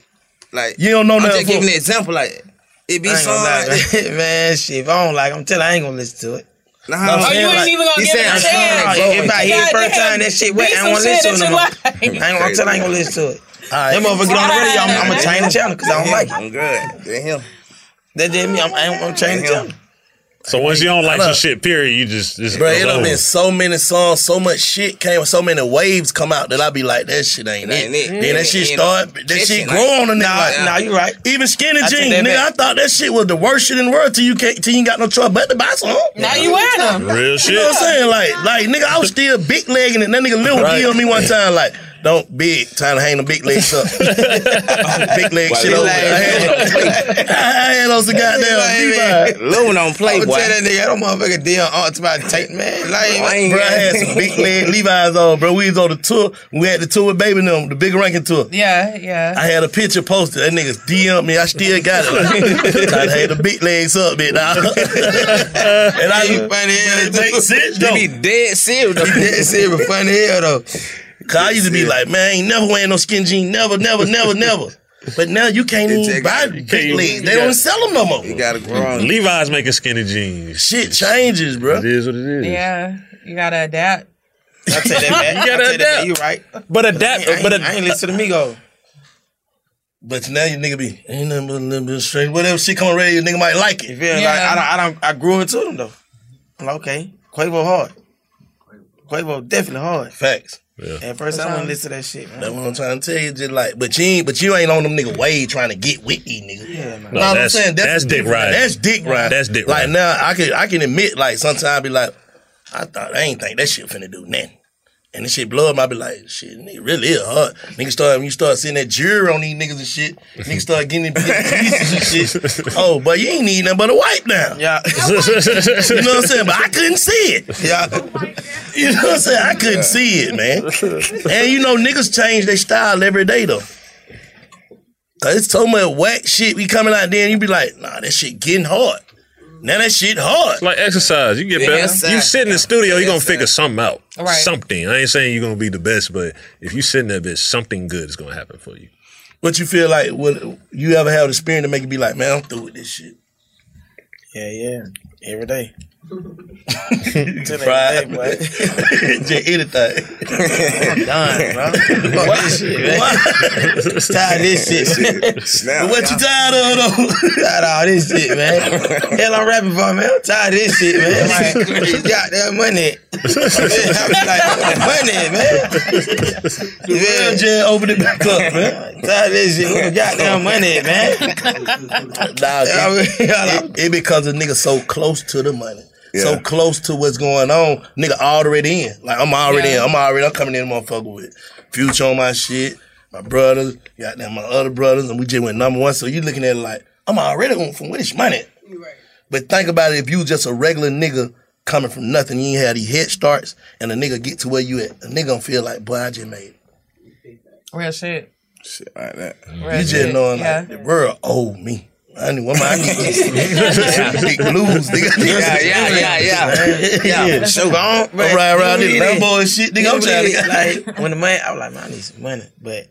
like You don't know I'm nothing just giving for- an example. Like it be I ain't gonna song. lie, man. shit. If I don't like, I'm telling. I ain't gonna listen to it. Nah, Oh, you ain't even gonna he give said, it a I'm chance. sorry, If I hear it first Goddamn. time that shit wet, Be I don't want to some listen shit to it no more. that I you ain't like. gonna tell. I ain't gonna listen to it. That motherfucker get on the radio. I'm, I'm gonna change the channel because I don't like it. I'm good. That him. That just me. I'm, I'm gonna change the channel. So once you don't I like some love- shit, period, you just just Bro, goes it done over. been so many songs, so much shit came, so many waves come out that I be like, that shit ain't it. Ain't it. Then that shit Ain't start, it. that That shit shit grow on a nigga. Nah, like, nah, you right. Even skinny I take jeans, that nigga. I back. thought that shit was the worst shit in the world till you can't, till you ain't got no trouble but to buy some. Now you wearing them. Real You shit. know what I'm saying? Like, like nigga, I was still big legging and that nigga Lil Right. yelled me one time like. Don't big trying to hang the big legs up. big leg shit over. I had, I had on some goddamn Levi's. Lil don't play, I'ma boy. tell that nigga, that motherfucker deal on about tape, man. bro, I had some big leg Levi's on, bro. We was on the tour. We had the tour with Baby and them, the big ranking tour. Yeah, yeah. I had a picture posted. That niggas DM'd me. I still got it. Like, I had the big legs up, bitch. Nah. and I, it makes sense though. They be dead serious. Though. dead serious, funny hell though. Cause I used to be like, man, I ain't never wearing no skin jeans. Never, never, never, never. But now you can't even buy big legs. They don't sell them no more. You gotta Levi's making skinny jeans. Shit changes, bro. It is what it is. Yeah, you gotta adapt. I take that back. You gotta I take that back. adapt. You right. But adapt- I ain't- but ad- I ain't listen to Migo. But now you nigga be ain't nothing but a little bit strange. Whatever shit come on radio, you nigga might like it. You feel me? Like, I don't, I don't, I grew into them though. I'm like, okay, Quavo hard. Quavo definitely hard. Facts. At first, I wouldn't listen to that shit. Man. That's what I'm trying to tell you. Just like, but you ain't, but you ain't on them nigga way trying to get with these niggas. Yeah, No, that's- that's dick riding. That's dick riding. That's dick Like riding. now, I can I can admit, like sometimes I be like, I thought I ain't think that shit finna do nothing. And this shit blow up, I be like, shit, nigga really is hard. Niggas start when you start seeing that jury on these niggas and shit. Niggas start getting them pieces and shit. Oh, but you ain't need nothing but a wipe down. Yeah. you know what I'm saying? But I couldn't see it. Yeah. You know what I'm saying? I couldn't see it, man. And you know, niggas change their style every day though. Cause it's so much whack shit be coming out there and you be like, nah, that shit getting hard. Now that shit hard. It's like exercise. You get Yeah, better. sir. You sit in the studio, you're Yes, gonna figure sir. something out. Right. Something. I ain't saying you're gonna be the best, but if you sit in that bitch, something good is gonna happen for you. What you feel like what you ever have the spirit to make you be like, man, I'm through with this shit. Yeah, yeah, every day. Fried. Just anything. I'm done, bro. Fuck this shit, man. Tired of this shit. Snap. What you tired of though? tired of all this shit, man. Hell, I'm rapping for man. I'm tired of this shit, man. Like, you got that money. I'm like, money, man. The real jail opened it back up, man. Oh, Tired of this shit. Where the Goddamn money, man. Nah, it, it, it because a nigga so close to the money. so close to what's going on, nigga already in. Like I'm already Yeah. in. I'm already I'm coming in motherfucker with future on my shit, my brothers, goddamn my other brothers, and we just went number one. So you looking at it like, I'm already going from where this money. at? But think about it, if you just a regular nigga coming from nothing, you ain't had these head starts, and a nigga get to where you at, a nigga gonna feel like, boy, I just made it. Real shit. Shit like that. you just knowing like the world owe me. I knew what my big blues, nigga. Yeah, yeah, yeah, yeah. Yeah, for sure. Go on, I'm riding around this Lambo and shit, nigga. I'm trying to to like when the money. I was like, man, I need some money, but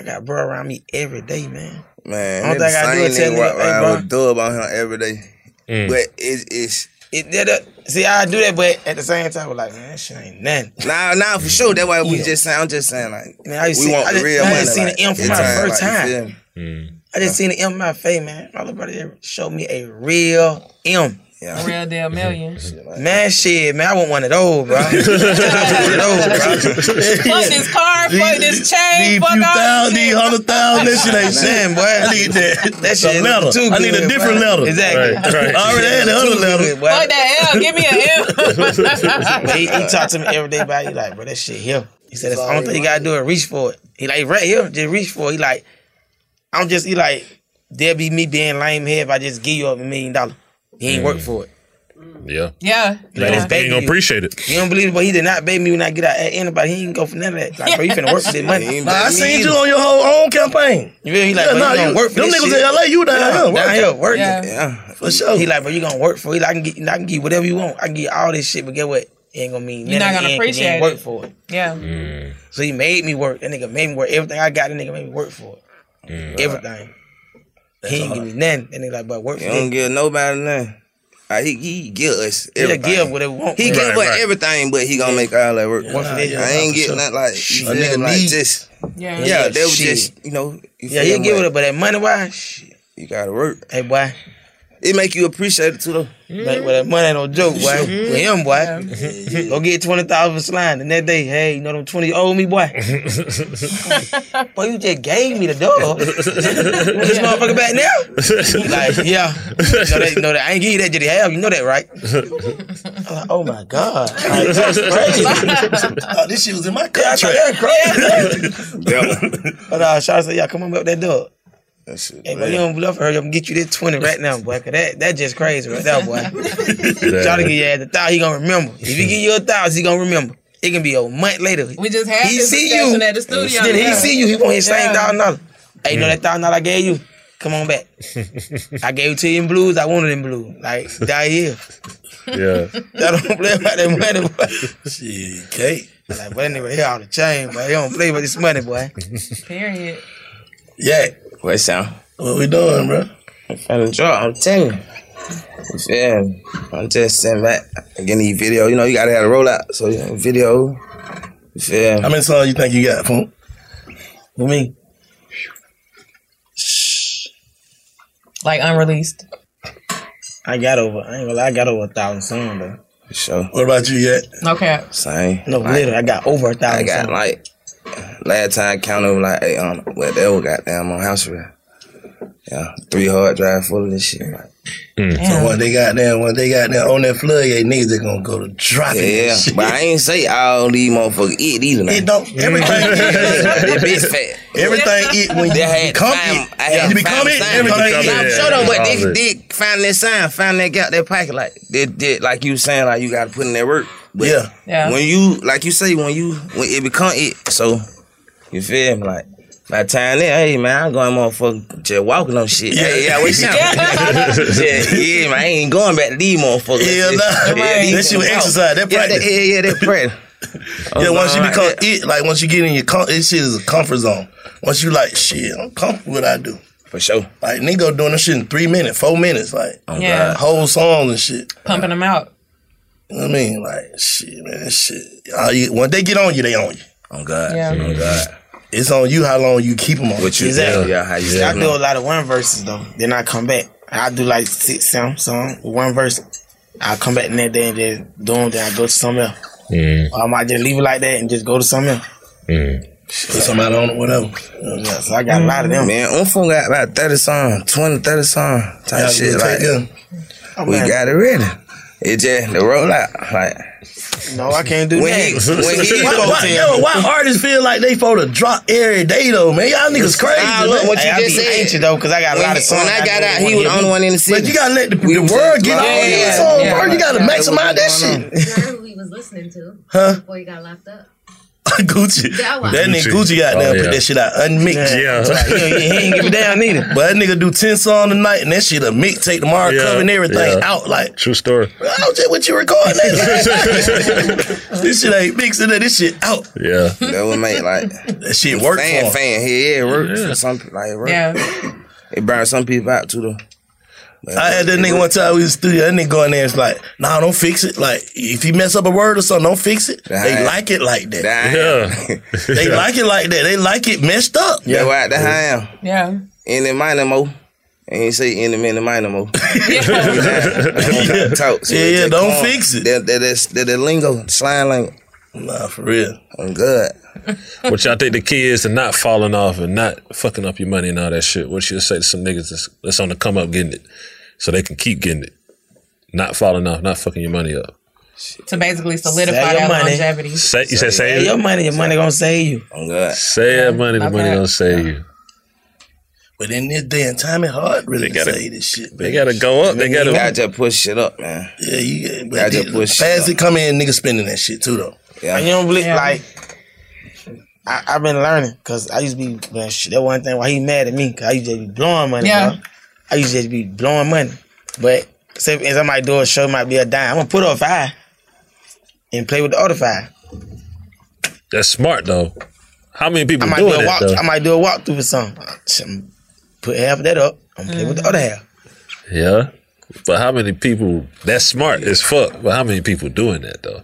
I got bro around me every day, man. Man, I don't think I do it. Tell Same me, nigga walk hey, around bro, with dub on him every day. Mm. But it, it's it, that, that- see, I do that, but at the same time, I was like, man, that shit ain't nothing. Nah, nah, for sure. That's why we Yeah. just saying. I'm just saying like Man, I we just seen- want I the just- real I money. just seen like, it in for it's my time, first like, you time. feel me? I just seen the M in my face, man. My little brother there showed me a real M. A real deal million. Man, shit, man, I want one of those, bro. I want one of those, bro. Fuck this car, fuck this chain, fuck all this shit. hundred thousand, that shit ain't shit. Man, boy, I need that. That the shit letter. too I need good, a different bro. letter. Exactly. Right, right. I already had the Too other letter. good, boy. Fuck that L, give me an L. But he, he talked to me every day about it. He like, bro, that shit here. He said, that's the only thing you gotta do is reach for it. He like, right here, just reach for it. He like, I'm just, he like, there'll be me being lame here if I just give you a million dollars. He ain't Mm. work for it. Yeah. Yeah. They don't, they ain't gonna appreciate it. You don't believe it, but he did not beg me when I get out at anybody. He ain't go for none of that. Like, bro, you finna work for this money. Nah, I seen you on your whole own campaign. You feel me? He like, Yeah, bro, nah, you gonna you- work for them this niggas shit. in LA, you down yeah, here working. Down here working. Yeah. Yeah. For sure. He like, bro, you gonna work for it. He like, I can get, I can get whatever you want. I can get all this shit, but get what? It ain't gonna mean You're not nothing. He gonna ain't- he ain't appreciate work it. for it. Yeah. So he made me work. That nigga made me work. Everything I got, that nigga made me work for it. Everything. he ain't give me nothing. That nigga like, but work He for don't it. give nobody nothing. Like, he, he give us He'll everything. give whatever we want. He Right, give us right. everything, but he gonna make all that work. Work for I that, yeah, ain't for sure. getting that like you A feel nigga me? like need- just Yeah. yeah. they was Shit. just you know. You Yeah, feel he'll me? give it up, but that money wise, shit. You gotta work. Hey boy, it make you appreciate it too though. Mm-hmm. Like, well, that money ain't no joke, boy. For him, boy. Go get 20,000 for slime. The next day, hey, you know them 20 owe me, boy. boy, you just gave me the dog. You want this motherfucker back now? He like, yeah. You know that, you know that. I ain't give you that just to have. You know that, right? I'm like, oh my God. Like, that's crazy. Oh, this shit was in my That's contract. crazy. But uh, Shawty said, yeah, come on up that dog. Hey, boy, you don't love her. I'm gonna get you this 20 right now, boy. 'Cause that, that just crazy right there, boy. Try to get your ass a thousand, he gonna remember. If you get you a thousand, he gonna remember. It can be a month later. We just had he this see discussion you. at the studio, Then yeah. he see you. He want his Yeah. same thousand dollar. Hey, you know that thousand dollar I gave you? Come on back. I gave it to you in blues. I wanted in blue. Like die here. Yeah. I don't play about that money, boy. Shit, Kate. Like, but anyway, he out the chain, boy. He don't play with this money, boy. Period. Yeah. What sound? What we doing, bro? I'm finna draw. I'm telling you. You feel me? I'm just sitting back getting these video. You know, you gotta have a rollout. So you know, video. You feel me? How many songs you think you got, Punk? What me? Like unreleased. I got over. I ain't gonna lie. I got over a thousand songs though. Sure. What about you yet? Okay. Same. No, literally, I got over a thousand. I got songs. like last time I counted over like eight on well they were goddamn on house arrest. Yeah, three hard drive full of this shit. Like, So when they got down, when they got down on that floodgate, niggas they gonna go to dropping. yeah, yeah. shit. but I ain't say all these motherfuckers eat either. Now. It don't everything. that bitch fat. Everything it when you They had become time, it. I had You become time, it, time. everything it. Now, Show them what they All it. did. Find that sign. Find that gap. That pocket. Like they did. Like you saying. Like you got to put in that work. But Yeah. Yeah. When you like you say when you when it become it. So you feel me? Like. By the time then, hey man, I'm going motherfucker just walking on shit. Yeah, hey, yeah, what's up? yeah, yeah, man, I ain't going back to these motherfuckers. Yeah, nah. these That shit was motherfuckers. exercise, that Yeah, practice. yeah, yeah, that practice. Yeah, once you Alright, become it, like once you get in your com- this shit is a comfort zone. Once you like shit, I'm comfortable with what I do. For sure. Oh, Like nigga doing this shit in three minutes, four minutes, like Yeah. God. whole songs and shit. Pumping them out. You know what I mean, like shit, man, that shit. all you- When they get on you, they on you. On Oh, God, Yeah. on God. It's on you how long you keep them on. What you Exactly. Yeah, how you See, I set do a 'em up. lot of one verses though. Then I come back. I do like six sound song with one verse. I come back the next day and just do them. Then I go to something else. Mm. Or I might just leave it like that and just go to something else. Put somebody on it, whatever. Yeah, so I got a lot of them. Man, Unfo got about 30 songs, 20, 30 songs type Yeah, shit. we'll Like, take them. we man. got it ready. It's just the rollout. Like, no, I can't when He, when he why, spoke why, to yo, him- why artists feel like they supposed to drop every day though, man? Y'all niggas crazy. Nah, look, man. what you Hey, I just be said. anxious, though, 'cause I got a When lot of he- songs when I know they wanna hear. But you gotta let the, the world get all your songs, bro. You gotta maximize that shit. who we was listening to. Huh? Before you got locked up. Gucci. That one. That nigga Gucci. Gucci got there Oh, and yeah. put that shit out unmixed. Yeah. Yeah. He ain't- he ain't give a damn neither. But that nigga do 10 songs tonight and that shit a mix, take tomorrow, Yeah, cover and everything yeah. out. Like, True story. I Oh, don't care what you recording. That. this shit ain't mixing it. This shit out. Yeah. That would make like that shit work fan, for 'em. fan. Yeah, it works Yeah. for some people. Like it works. Yeah. It burns some people out too though. I had that nigga one time we was studio. That nigga go in there, it's like, nah, don't fix it. Like, if you mess up a word or something, don't fix it. They Damn. like it like that. Damn. They like it like that. They like it messed up. Yeah, right. That's how I am. Yeah. In the minor mo. Ain't say in the minor minor mo. Talk, so Yeah, it yeah, just don't come. fix it. That, that, that's that, that lingo, slang lingo. Nah, for real. I'm good. What y'all think the key is to not falling off and not fucking up your money and all that shit? What you say to some niggas that's, that's on the come up getting it, so they can keep getting it, not falling off, not fucking your money up. to basically solidify Save your that money. longevity. Say, you said save Oh, your money, your money gonna save you. I'm good. Save that money, the money gonna save you. But in this day and time, it's hard really They to gotta- say this shit. they man. gotta go up. They You gotta- gotta just push shit up, man. Yeah, you Gotta but just the- push shit fast it come in, niggas spending that shit too though. Yeah. And you don't believe Yeah. like I, I've been learning because I used to be man, shit, that one thing why he mad at me 'cause I used to be blowing money. Yeah. bro. I used to just be blowing money, but say if somebody do a show might be a dime, I'm gonna put up five and play with the other five. That's smart though. How many I people might do doing a that walk. though? I might do a walkthrough or something. Shit, I'm Put half of that up. I'm play with the other half. Yeah. But how many people that's smart as fuck, but how many people doing that though?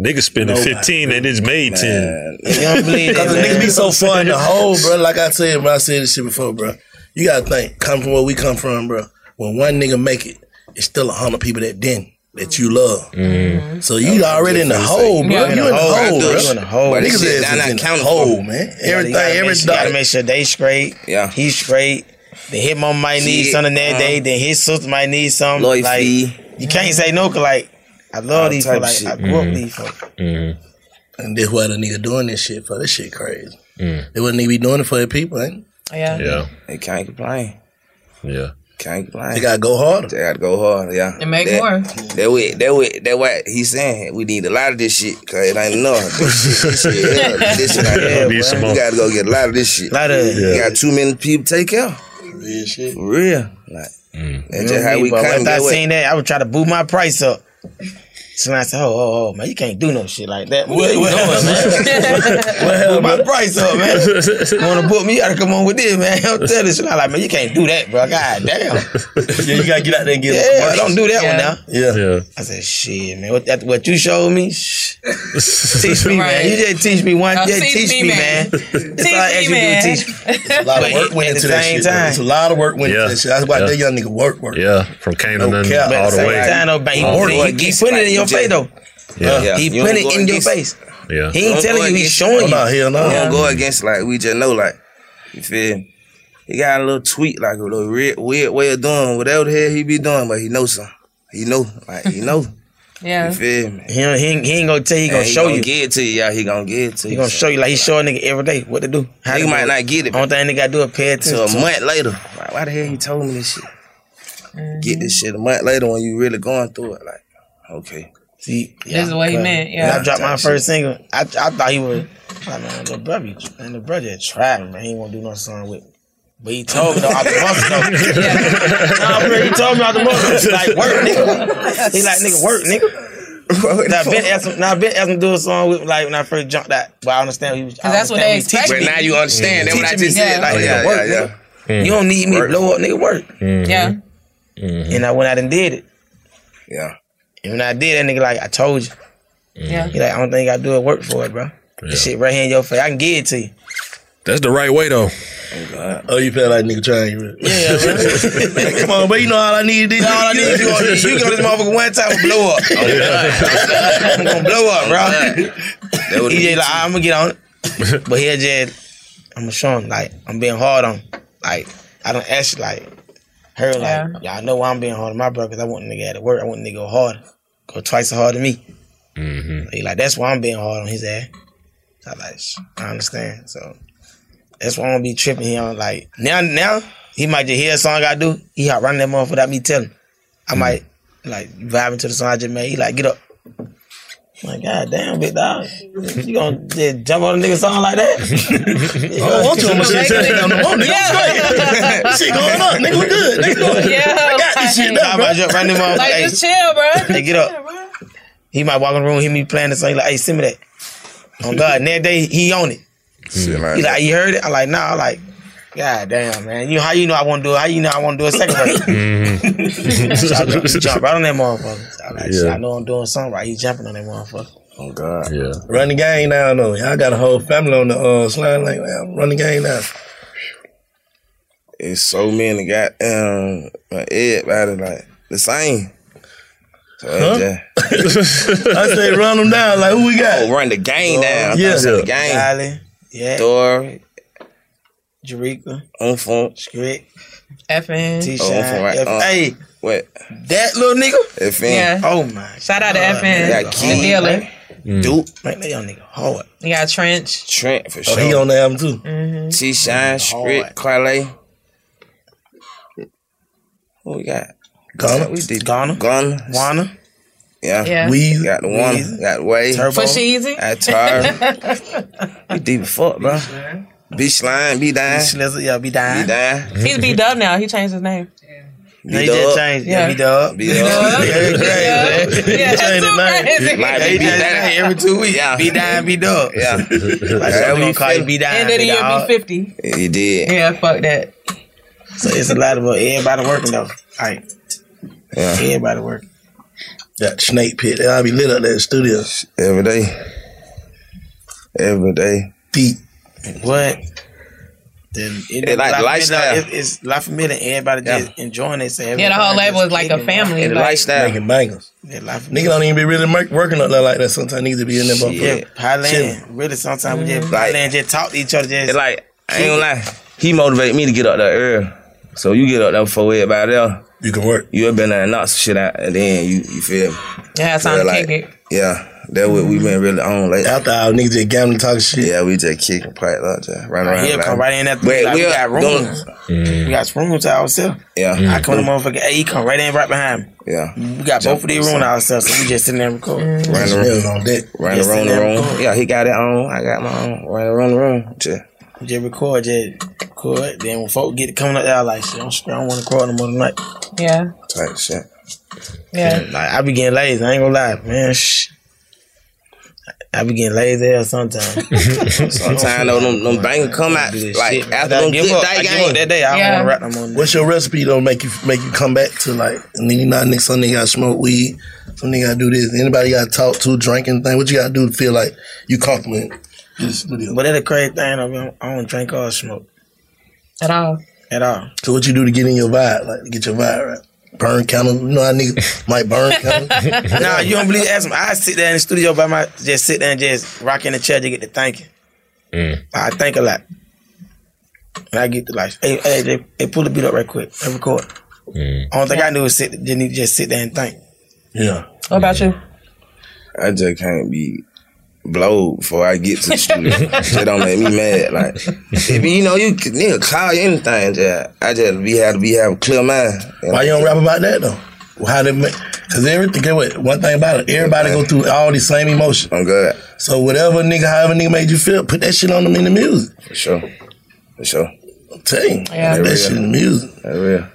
Niggas spending Nobody. fifteen, they just made ten. You don't believe that, niggas be so fun in the hole, bro. Like I said, bro, I said this shit before, bro. You gotta think, come from where we come from, bro. When one nigga make it, it's still a hundred people that didn't that you love. So you already in the Just hole, say, bro. yeah, You in the hole, bro. You in the hole. Niggas is Shit, nah, nah, in count the it. hole, man. Yeah, you Everything, gotta every make, sure- you gotta make sure they straight. Yeah, he straight. The hitmon might need Shit, something that uh-huh. day. Then his sister might need something. Lloyd like Fee. you can't say no, cause like I love All these type people. Like of I shit. grew up Mhm. Mm-hmm. with these folks. Mm-hmm. And this why the nigga doing this shit for. This shit crazy. Mm-hmm. They wouldn't even be doing it for the people, ain't Yeah. They can't complain. Yeah. Can't complain. They gotta go harder. They gotta go harder, yeah. And make that, more. That what that what that what he's saying. We need a lot of this shit, cause it ain't enough. This shit, this shit, yeah, this shit out here, Need some bro. more. You gotta go get a lot of this shit. Lot of- You Yeah. got too many people to take care. Real shit. For real. Like that's just You know how me, we but come. After I That seen that, I would try to boo my price up. So I said, oh, oh, oh, man, you can't do no shit like that. What, What- you what- doing, man? Boo my price up, man. You want to book me? You got to come on with this, man. I'm telling you, I'm like, man, you can't do that, bro. God damn. yeah, you gotta get out there and get Yeah, don't do that one now. Yeah. Yeah. I said, shit, man. What, that, what you showed me? Shh. teach me, man. You just teach me one. Now, yeah, teach, me, man. That's all I ask you to do, teach me. It's a lot of work went At the into that same shit. though. time. It's a lot of work went Yeah. into that shit. That's why Yeah. that young nigga work work. Yeah. From Canaan No and cap. all At the the way. same time, though, but He, All the he, way. he putting it in your face, though. Yeah. Yeah. He You putting don't it go in your against- Oh, face. Yeah. Oh, He ain't telling you, he's showing you. You don't go against like we just know like you feel me? He got a little tweak, like a little weird, weird way of doing whatever the hell he be doing, but he knows something. He know, like he know. Yeah. You feel me? He, don't- he, ain't- he ain't gonna tell you, he gonna And show you. Give it to you, yeah. He gonna give it to you. He gonna show you like he show a nigga every day what to do. How Nigga to do might it. not get it, Only thing they gotta do is pay to attention. a month later. Like, why the hell you told me this shit? Get this shit a month later when you really going through it. Like, okay. See, This is what he meant, yeah. When I dropped my Type first shit. single, I, I thought he was like, man, the brother, and the brother just tried, man. He won't do no song with. me. But he told me though, out the muscle though. Nah, bro, he told me out the muscle. He like work, nigga. He like nigga work, nigga. now Ben asked him. Now Ben asked him to do a song with like when I first jumped out, but I understand he was. I that's what understand he was teaching they expect. me. But now you understand, that's what I Teaching just me. said, like, Like, yeah, nigga, work, yeah, yeah. nigga. You don't need me to blow up, nigga. Work. Mm-hmm. Yeah. And I went out and did it. Yeah. And when I did, that nigga like, I told you. Yeah. He like, I don't think I do it work for it, bro. This shit right here in your face. I can give it to you. That's the right way though. Oh, you feel like nigga trying you really. Yeah, man. Come on, but you know all I need to do. All I need is you on this. You go this motherfucker one time and blow up. Oh, Oh, I'm gonna blow up, bro. He just like, I'm gonna get on it. But he just, I'm gonna show him, like, I'm being hard on him. Like, I don't ask you, like, Her like, y'all know why I'm being hard on my brother because I want a nigga at work. I want a nigga to go hard, go twice as hard than me. He like, that's why I'm being hard on his ass. I like, "Sh- I understand. So that's why I'm gonna be tripping here on like now now he might just hear a song I do, he hop running that motherfucker without me telling. him. I might like vibing to the song I just made, he like get up. I'm like, God damn, big dog. You gonna just jump on a nigga song like that? I don't want you on my shit. Tell them no more, Oh, nigga. I'm straight. shit going on. Nigga, we good. Nigga, good. I got this shit now, Talking bro. about jump running motherfucker. Like, hey, just chill, bro. Hey, get up. He might walk in the room, hear me playing the song. He like, hey, send me that. On God, next day he on it. Shit He like like, you heard it? I like, nah. I like, God damn, man. You how you know I want to do it? How you know I want to do a second Mm-hmm. verse? So I jump- he jump right on that motherfucker. So I, like, shit, Yeah. I know I'm doing something right. He jumping on that motherfucker. Oh God. Yeah. Run the game now, though. Y'all got a whole family on the uh, slide like that. Run the game now. it's so many goddamn uh, everybody like the same. So Huh? it's just- I say run them down. Like who we got? Oh, run the game Oh, down. I thought yeah. it said the game. Allen, yeah. Dory, Jerika, Unfunk, Script, FN, T-Shine, F- uh, hey, what? That little nigga. FN. Yeah. Oh my. Shout out to God, FN. man, And that's hard. Dylan. Duke, man, that young nigga hard. You got Trench. Mm-hmm. Trent for Oh, sure. he on the album too. T Shine, Script, Clay. What we got? Ghana. We did Ghana. Ghana. Wana. Yeah. Yeah. We Got the one. Weezy. Got Way. Turbo. Fasheezy. Got Tar. we deep as fuck, bro. Bitch line, be down. yeah, be down. Be down. He's B Dub now. He changed his name. Be he just dub. changed. Yeah. Yeah, be dub. Be dub. Every day, man. Yeah. Yeah, He changed that's his so name. crazy. Like, He be changed down. his name every two weeks. Yeah. Be down, be dub. Yeah. Like, so we gonna call you be down. End of the be year, dub. be 50. He did. Yeah, fuck that. So it's a lot of uh, everybody working though. Like everybody working. That snake pit. I'll be lit up there in the studio. Every day. Every day. Deep. What? Then It like lifestyle. It, it's life me and everybody just enjoying it. So Yeah, the whole everybody label just is like a kicking it. family. It like- Making bangers. Yeah, life Nigga don't even be really mark- working up there like that sometimes. Niggas be in there Yeah, motherfucker. Thailand. Chilling. Really, sometimes we just Like- Thailand just talk to each other. Just It like I ain't gonna lie. He motivate me to get up there early. So you get up there before everybody else. You can work. You have been there and knock some shit out, and then you you feel me. Yeah, it's time Yeah, to like- kick it. Yeah, that what we been really on like Mm-hmm. After our niggas just gambling talking shit. Yeah, we just kicking pipe up, just run around. He'll like- come right in at the Wait, like, we got rooms. don't- We got rooms to ourselves. Yeah, Mm. I come to motherfucker. Hey, he come right in right behind me. Yeah, We got both of these rooms ourselves, so we just sitting there and record. Run the room, Run Just the room, sitting the there room. recording. Yeah, he got it on. I got my own. Run the room, the room. Just Just record, just record. Then when folk get coming up there, I like, shit, I'm screwed. I don't want to record no more tonight. Yeah. type shit. Yeah. Like, I be getting lazy. I ain't gonna lie, man. Shh. I be getting lazy as hell sometimes. Sometimes though, them, them bangers come Mm. out like after them good day game. What's your recipe though? Make you make you come back to like and then you know nigga, some nigga gotta smoke weed, some nigga gotta do this. Anybody gotta talk to, drinking thing. What you gotta do to feel like you comfortable in this studio? But that's a crazy thing. I, mean, I don't drink or smoke at all. At all. So what you do to get in your vibe, like to get your vibe right? Burn candles. You know how niggas might burn candles. nah, you don't believe. Ask me. I sit there in the studio by my, just sit there and just rock in the chair to get to thinking. Mm. I think a lot, and I get to like, hey, hey, they, they pull the beat up right quick and record. Mm. Only thing I do is sit, just need to just sit there and think. Yeah. What about you? I just can't be blowed before I get to the studio. that don't make me mad. Like if you know you can- nigga call you anything, just I just be have to be have a clear mind. Why you don't rap about that though? Well, How they make? Because everything. Get what? One thing about it, everybody go through all these same emotions. I'm good. So whatever nigga, however nigga made you feel, put that shit on them in the music. For sure. For sure. I'm telling you, Yeah. put that shit in the music. That real.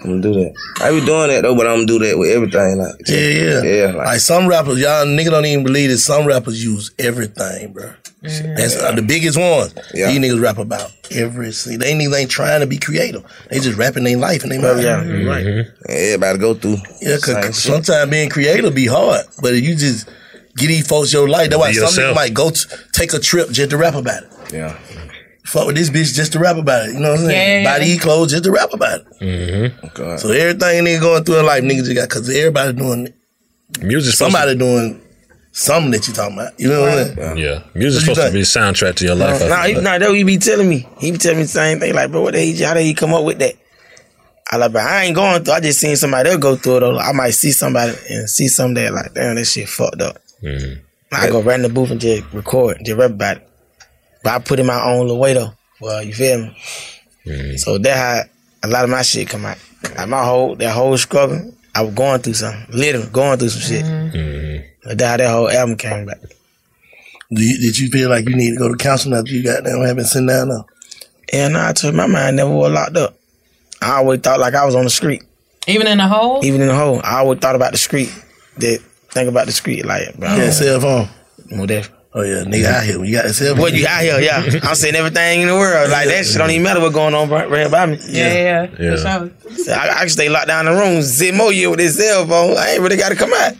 I'm gonna do that. I be doing that though, but I'm gonna do that with everything. Like Yeah, yeah, yeah. Like, Like, some rappers, y'all nigga don't even believe this. Some rappers use everything, bro. That's uh, the biggest ones. Yeah. These niggas rap about everything. They niggas ain't trying to be creative. They just rapping their life and they mind. yeah, Mm-hmm. you right. Everybody go through. Yeah, Same shit. cause sometimes being creative be hard, but if you just get these folks your life, that's why Be some yourself. niggas might go to, take a trip just to rap about it. Yeah. Fuck with this bitch just to rap about it. You know what I'm Yeah, saying? yeah, Buy yeah. these clothes just to rap about it. Mm-hmm. So everything nigga going through in life, niggas just got because everybody doing music. Somebody doing something that you talking about. You know what I'm saying? Yeah, music's What you supposed to be a soundtrack to your life. Nah, I nah, feel he, like. nah, that what he be telling me. He be telling me the same thing. Like, bro, what the hell? How did he come up with that? I like, but I ain't going through. I just seen somebody else go through it. Though. I might see somebody and see something that like, damn, that shit fucked up. I go right in the booth and just record, just rap about it. But I put in my own little way though. Well, you feel me? So that how a lot of my shit come out. Like my whole that whole scrubbing, I was going through something, literally going through some shit. Mm-hmm. That how that whole album came back. Do you, did you feel like you need to go to counseling after you got down? Haven't sitting down now. And I told my mind never was locked up. I always thought like I was on the street. Even in a hole? Even in the hole. I always thought about the street. That think about the street like bro. Yeah, cell phone. Oh yeah, nigga out here. When you got that cell phone. What you out here, yeah. I'm saying everything in the world. Like that shit don't even matter what's going on right, right by me. Yeah, yeah. Yeah. For sure. So I, I can stay locked down in the room, zip more year with this cell phone. I ain't really gotta come out.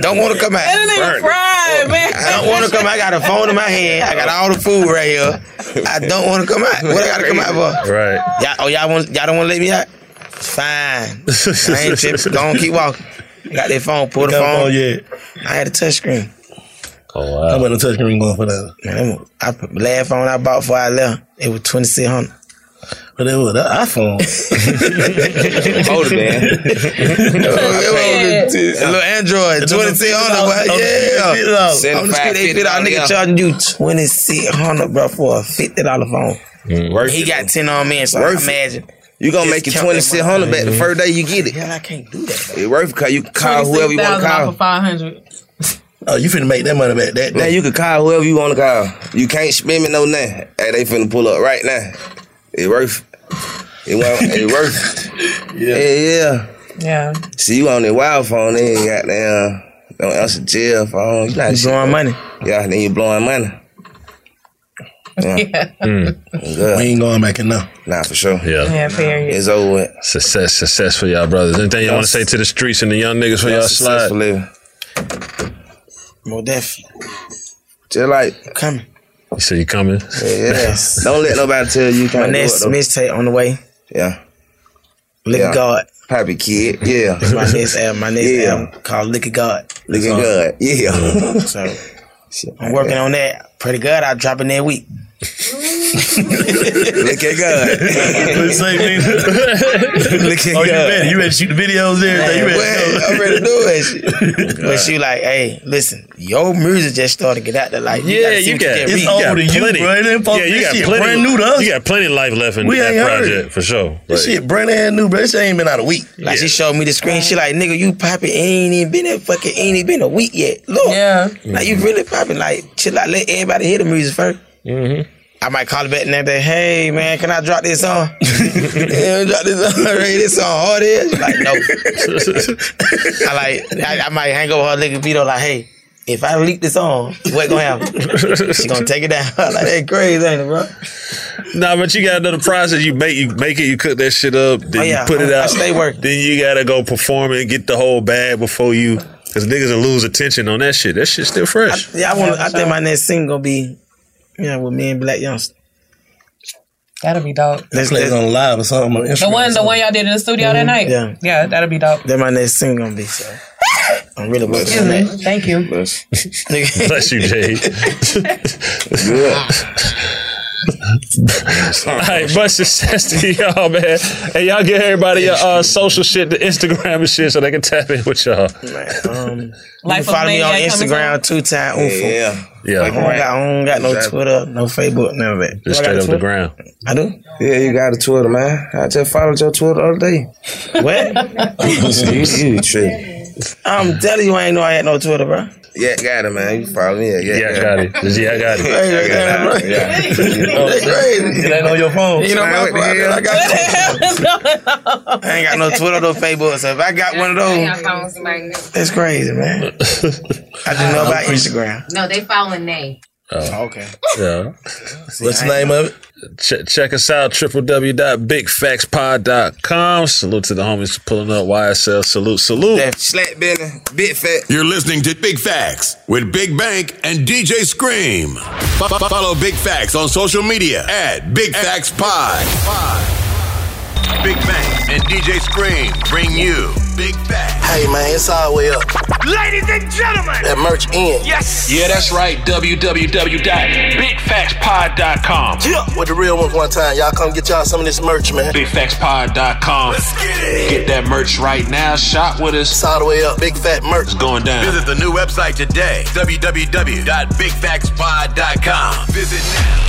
don't wanna come out. And it ain't fried, man. I don't wanna come out. I got a phone in my hand. I got all the food right here. I don't wanna come out. What I gotta come out for? Right. Y'all, oh y'all want y'all don't wanna let me out? Fine. I ain't tripping. Don't keep walking. Got that phone, pull the Got phone. phone, yeah. I had a touch screen. Oh wow. I wasn't touch screen going for that. Man, that I, last phone I bought before I left, it was twenty six hundred. But it was the iPhone. Older man. Little Android, twenty six hundred. Yeah, Send on the street they fit out. $50, yeah. Nigga charging you twenty six hundred, bro, for a fifty dollar phone. he got ten on me, so I Worth it. imagine. You gonna make your Just count that 2600 back the money. first day you get it. Yeah, I can't do that. It worth it, cause you can call whoever you want to call. 500. Oh, you finna make that money back that Now you can call whoever you want to call. You can't spend me no nothing. Hey, they finna pull up right now. It worth. It won't. It worth. yeah. yeah, Yeah. See, you on that wild phone, then you got damn don't answer jail phone. You, You blowing money. Yeah, then you blowing money. Yeah. We ain't going back enough. Nah, for sure. Hmm. Yeah. Yeah, period. It's over with. Success, success for y'all brothers. Anything you want to say to the streets and the young niggas for Yeah, y'all success slide? for living. More death. Just like coming. You say you coming? Yes. Don't let nobody tell you. you My can't do next it, though. mixtape on the way. Yeah. Lick Yeah. God. Happy kid. Yeah. my next album. My next Yeah. album called Lick of God. Lick So- of God. Yeah. so I'm working on that. Pretty good. I'll drop it next week. Lick of God. Look at oh, you God. ready? You ready to shoot the videos and everything? You ready? I'm ready to do it. but she like, hey, listen, your music just started to get out there. Like, Yeah, you got, got you got plenty. yeah, you got plenty. You got plenty of life left in We that ain't heard project it. for sure. This Like, shit brand ass new, bro. This ain't been out a week. Like she showed me the screen. She like, nigga, you popping ain't even been a fucking ain't even been a week yet. Look, yeah, like you really popping. Like chill out, let everybody hear the music 1st Mm-hmm. I might call her back and day. Hey man, can I drop this on? yeah, drop this on. Ray, this on hard is. She Like no. I like I, I might hang over her nigga Vito like, hey, if I leak this on, what gonna happen? she gonna take it down. like that crazy, ain't it, bro? Nah, but you got another process. You make you make it. You cook that shit up. Then Oh, yeah. you put it I- I out. stay working. Then you gotta go perform and get the whole bag before you, because niggas will lose attention on that shit. That shit's still fresh. Yeah, I want. I think my next single gonna be, you know, with me and Black Youngster. That'll be dope. Let's play it on live or something. On The one, the one y'all did in the studio that Mhm. night. Yeah. yeah, that'll be dope. That my next single gonna be. So I'm really working Excuse on me. that. Thank you. Bless. Bless you, Jay. All right, much success to y'all, man. And y'all get everybody your uh, social shit, the Instagram and shit, so they can tap in with y'all. Um, Life you can follow of me on Maniac coming Instagram two time. Yeah, yeah. I don't got, I don't got no Exactly. Twitter, no Facebook, none of that. Just straight up the ground. I do. Yeah, you got a Twitter, man. I just followed your Twitter the other day. What? you, you tripping. I'm telling you, I ain't know I had no Twitter, bro. Yeah, got it, man. You follow me. Yeah, yeah, Yeah, I got it. Yeah, I got it. Yeah, That's crazy. It ain't on your phone. You know Man, my what the problem. hell? I got. I ain't got no Twitter, no Facebook. So if I got one of those, that's crazy, man. I didn't know about Instagram. No, they following Nay. Oh. Okay. Yeah. What's the name of it? Check, check us out, www.bigfaxpod.com. Salute to the homies for pulling up YSL. Salute, salute. Slap Benny, Big Fat. You're listening to Big Facts with Big Bank and DJ Scream. Fo- fo- Follow Big Facts on social media at Big Facts Pod. Big Bank and DJ Scream bring you Big Facts. Hey man, it's all the way up. Ladies and gentlemen. That merch in. Yes. Yeah, that's right. www.bigfaxpod.com. Yeah, with the real ones one time. Y'all come get y'all some of this merch, man. Bigfaxpod.com. Get, that merch right now. Shop with us. It's all the way up. Big Fat Merch. It's going down. Visit the new website today, www.bigfactspod.com. Visit now.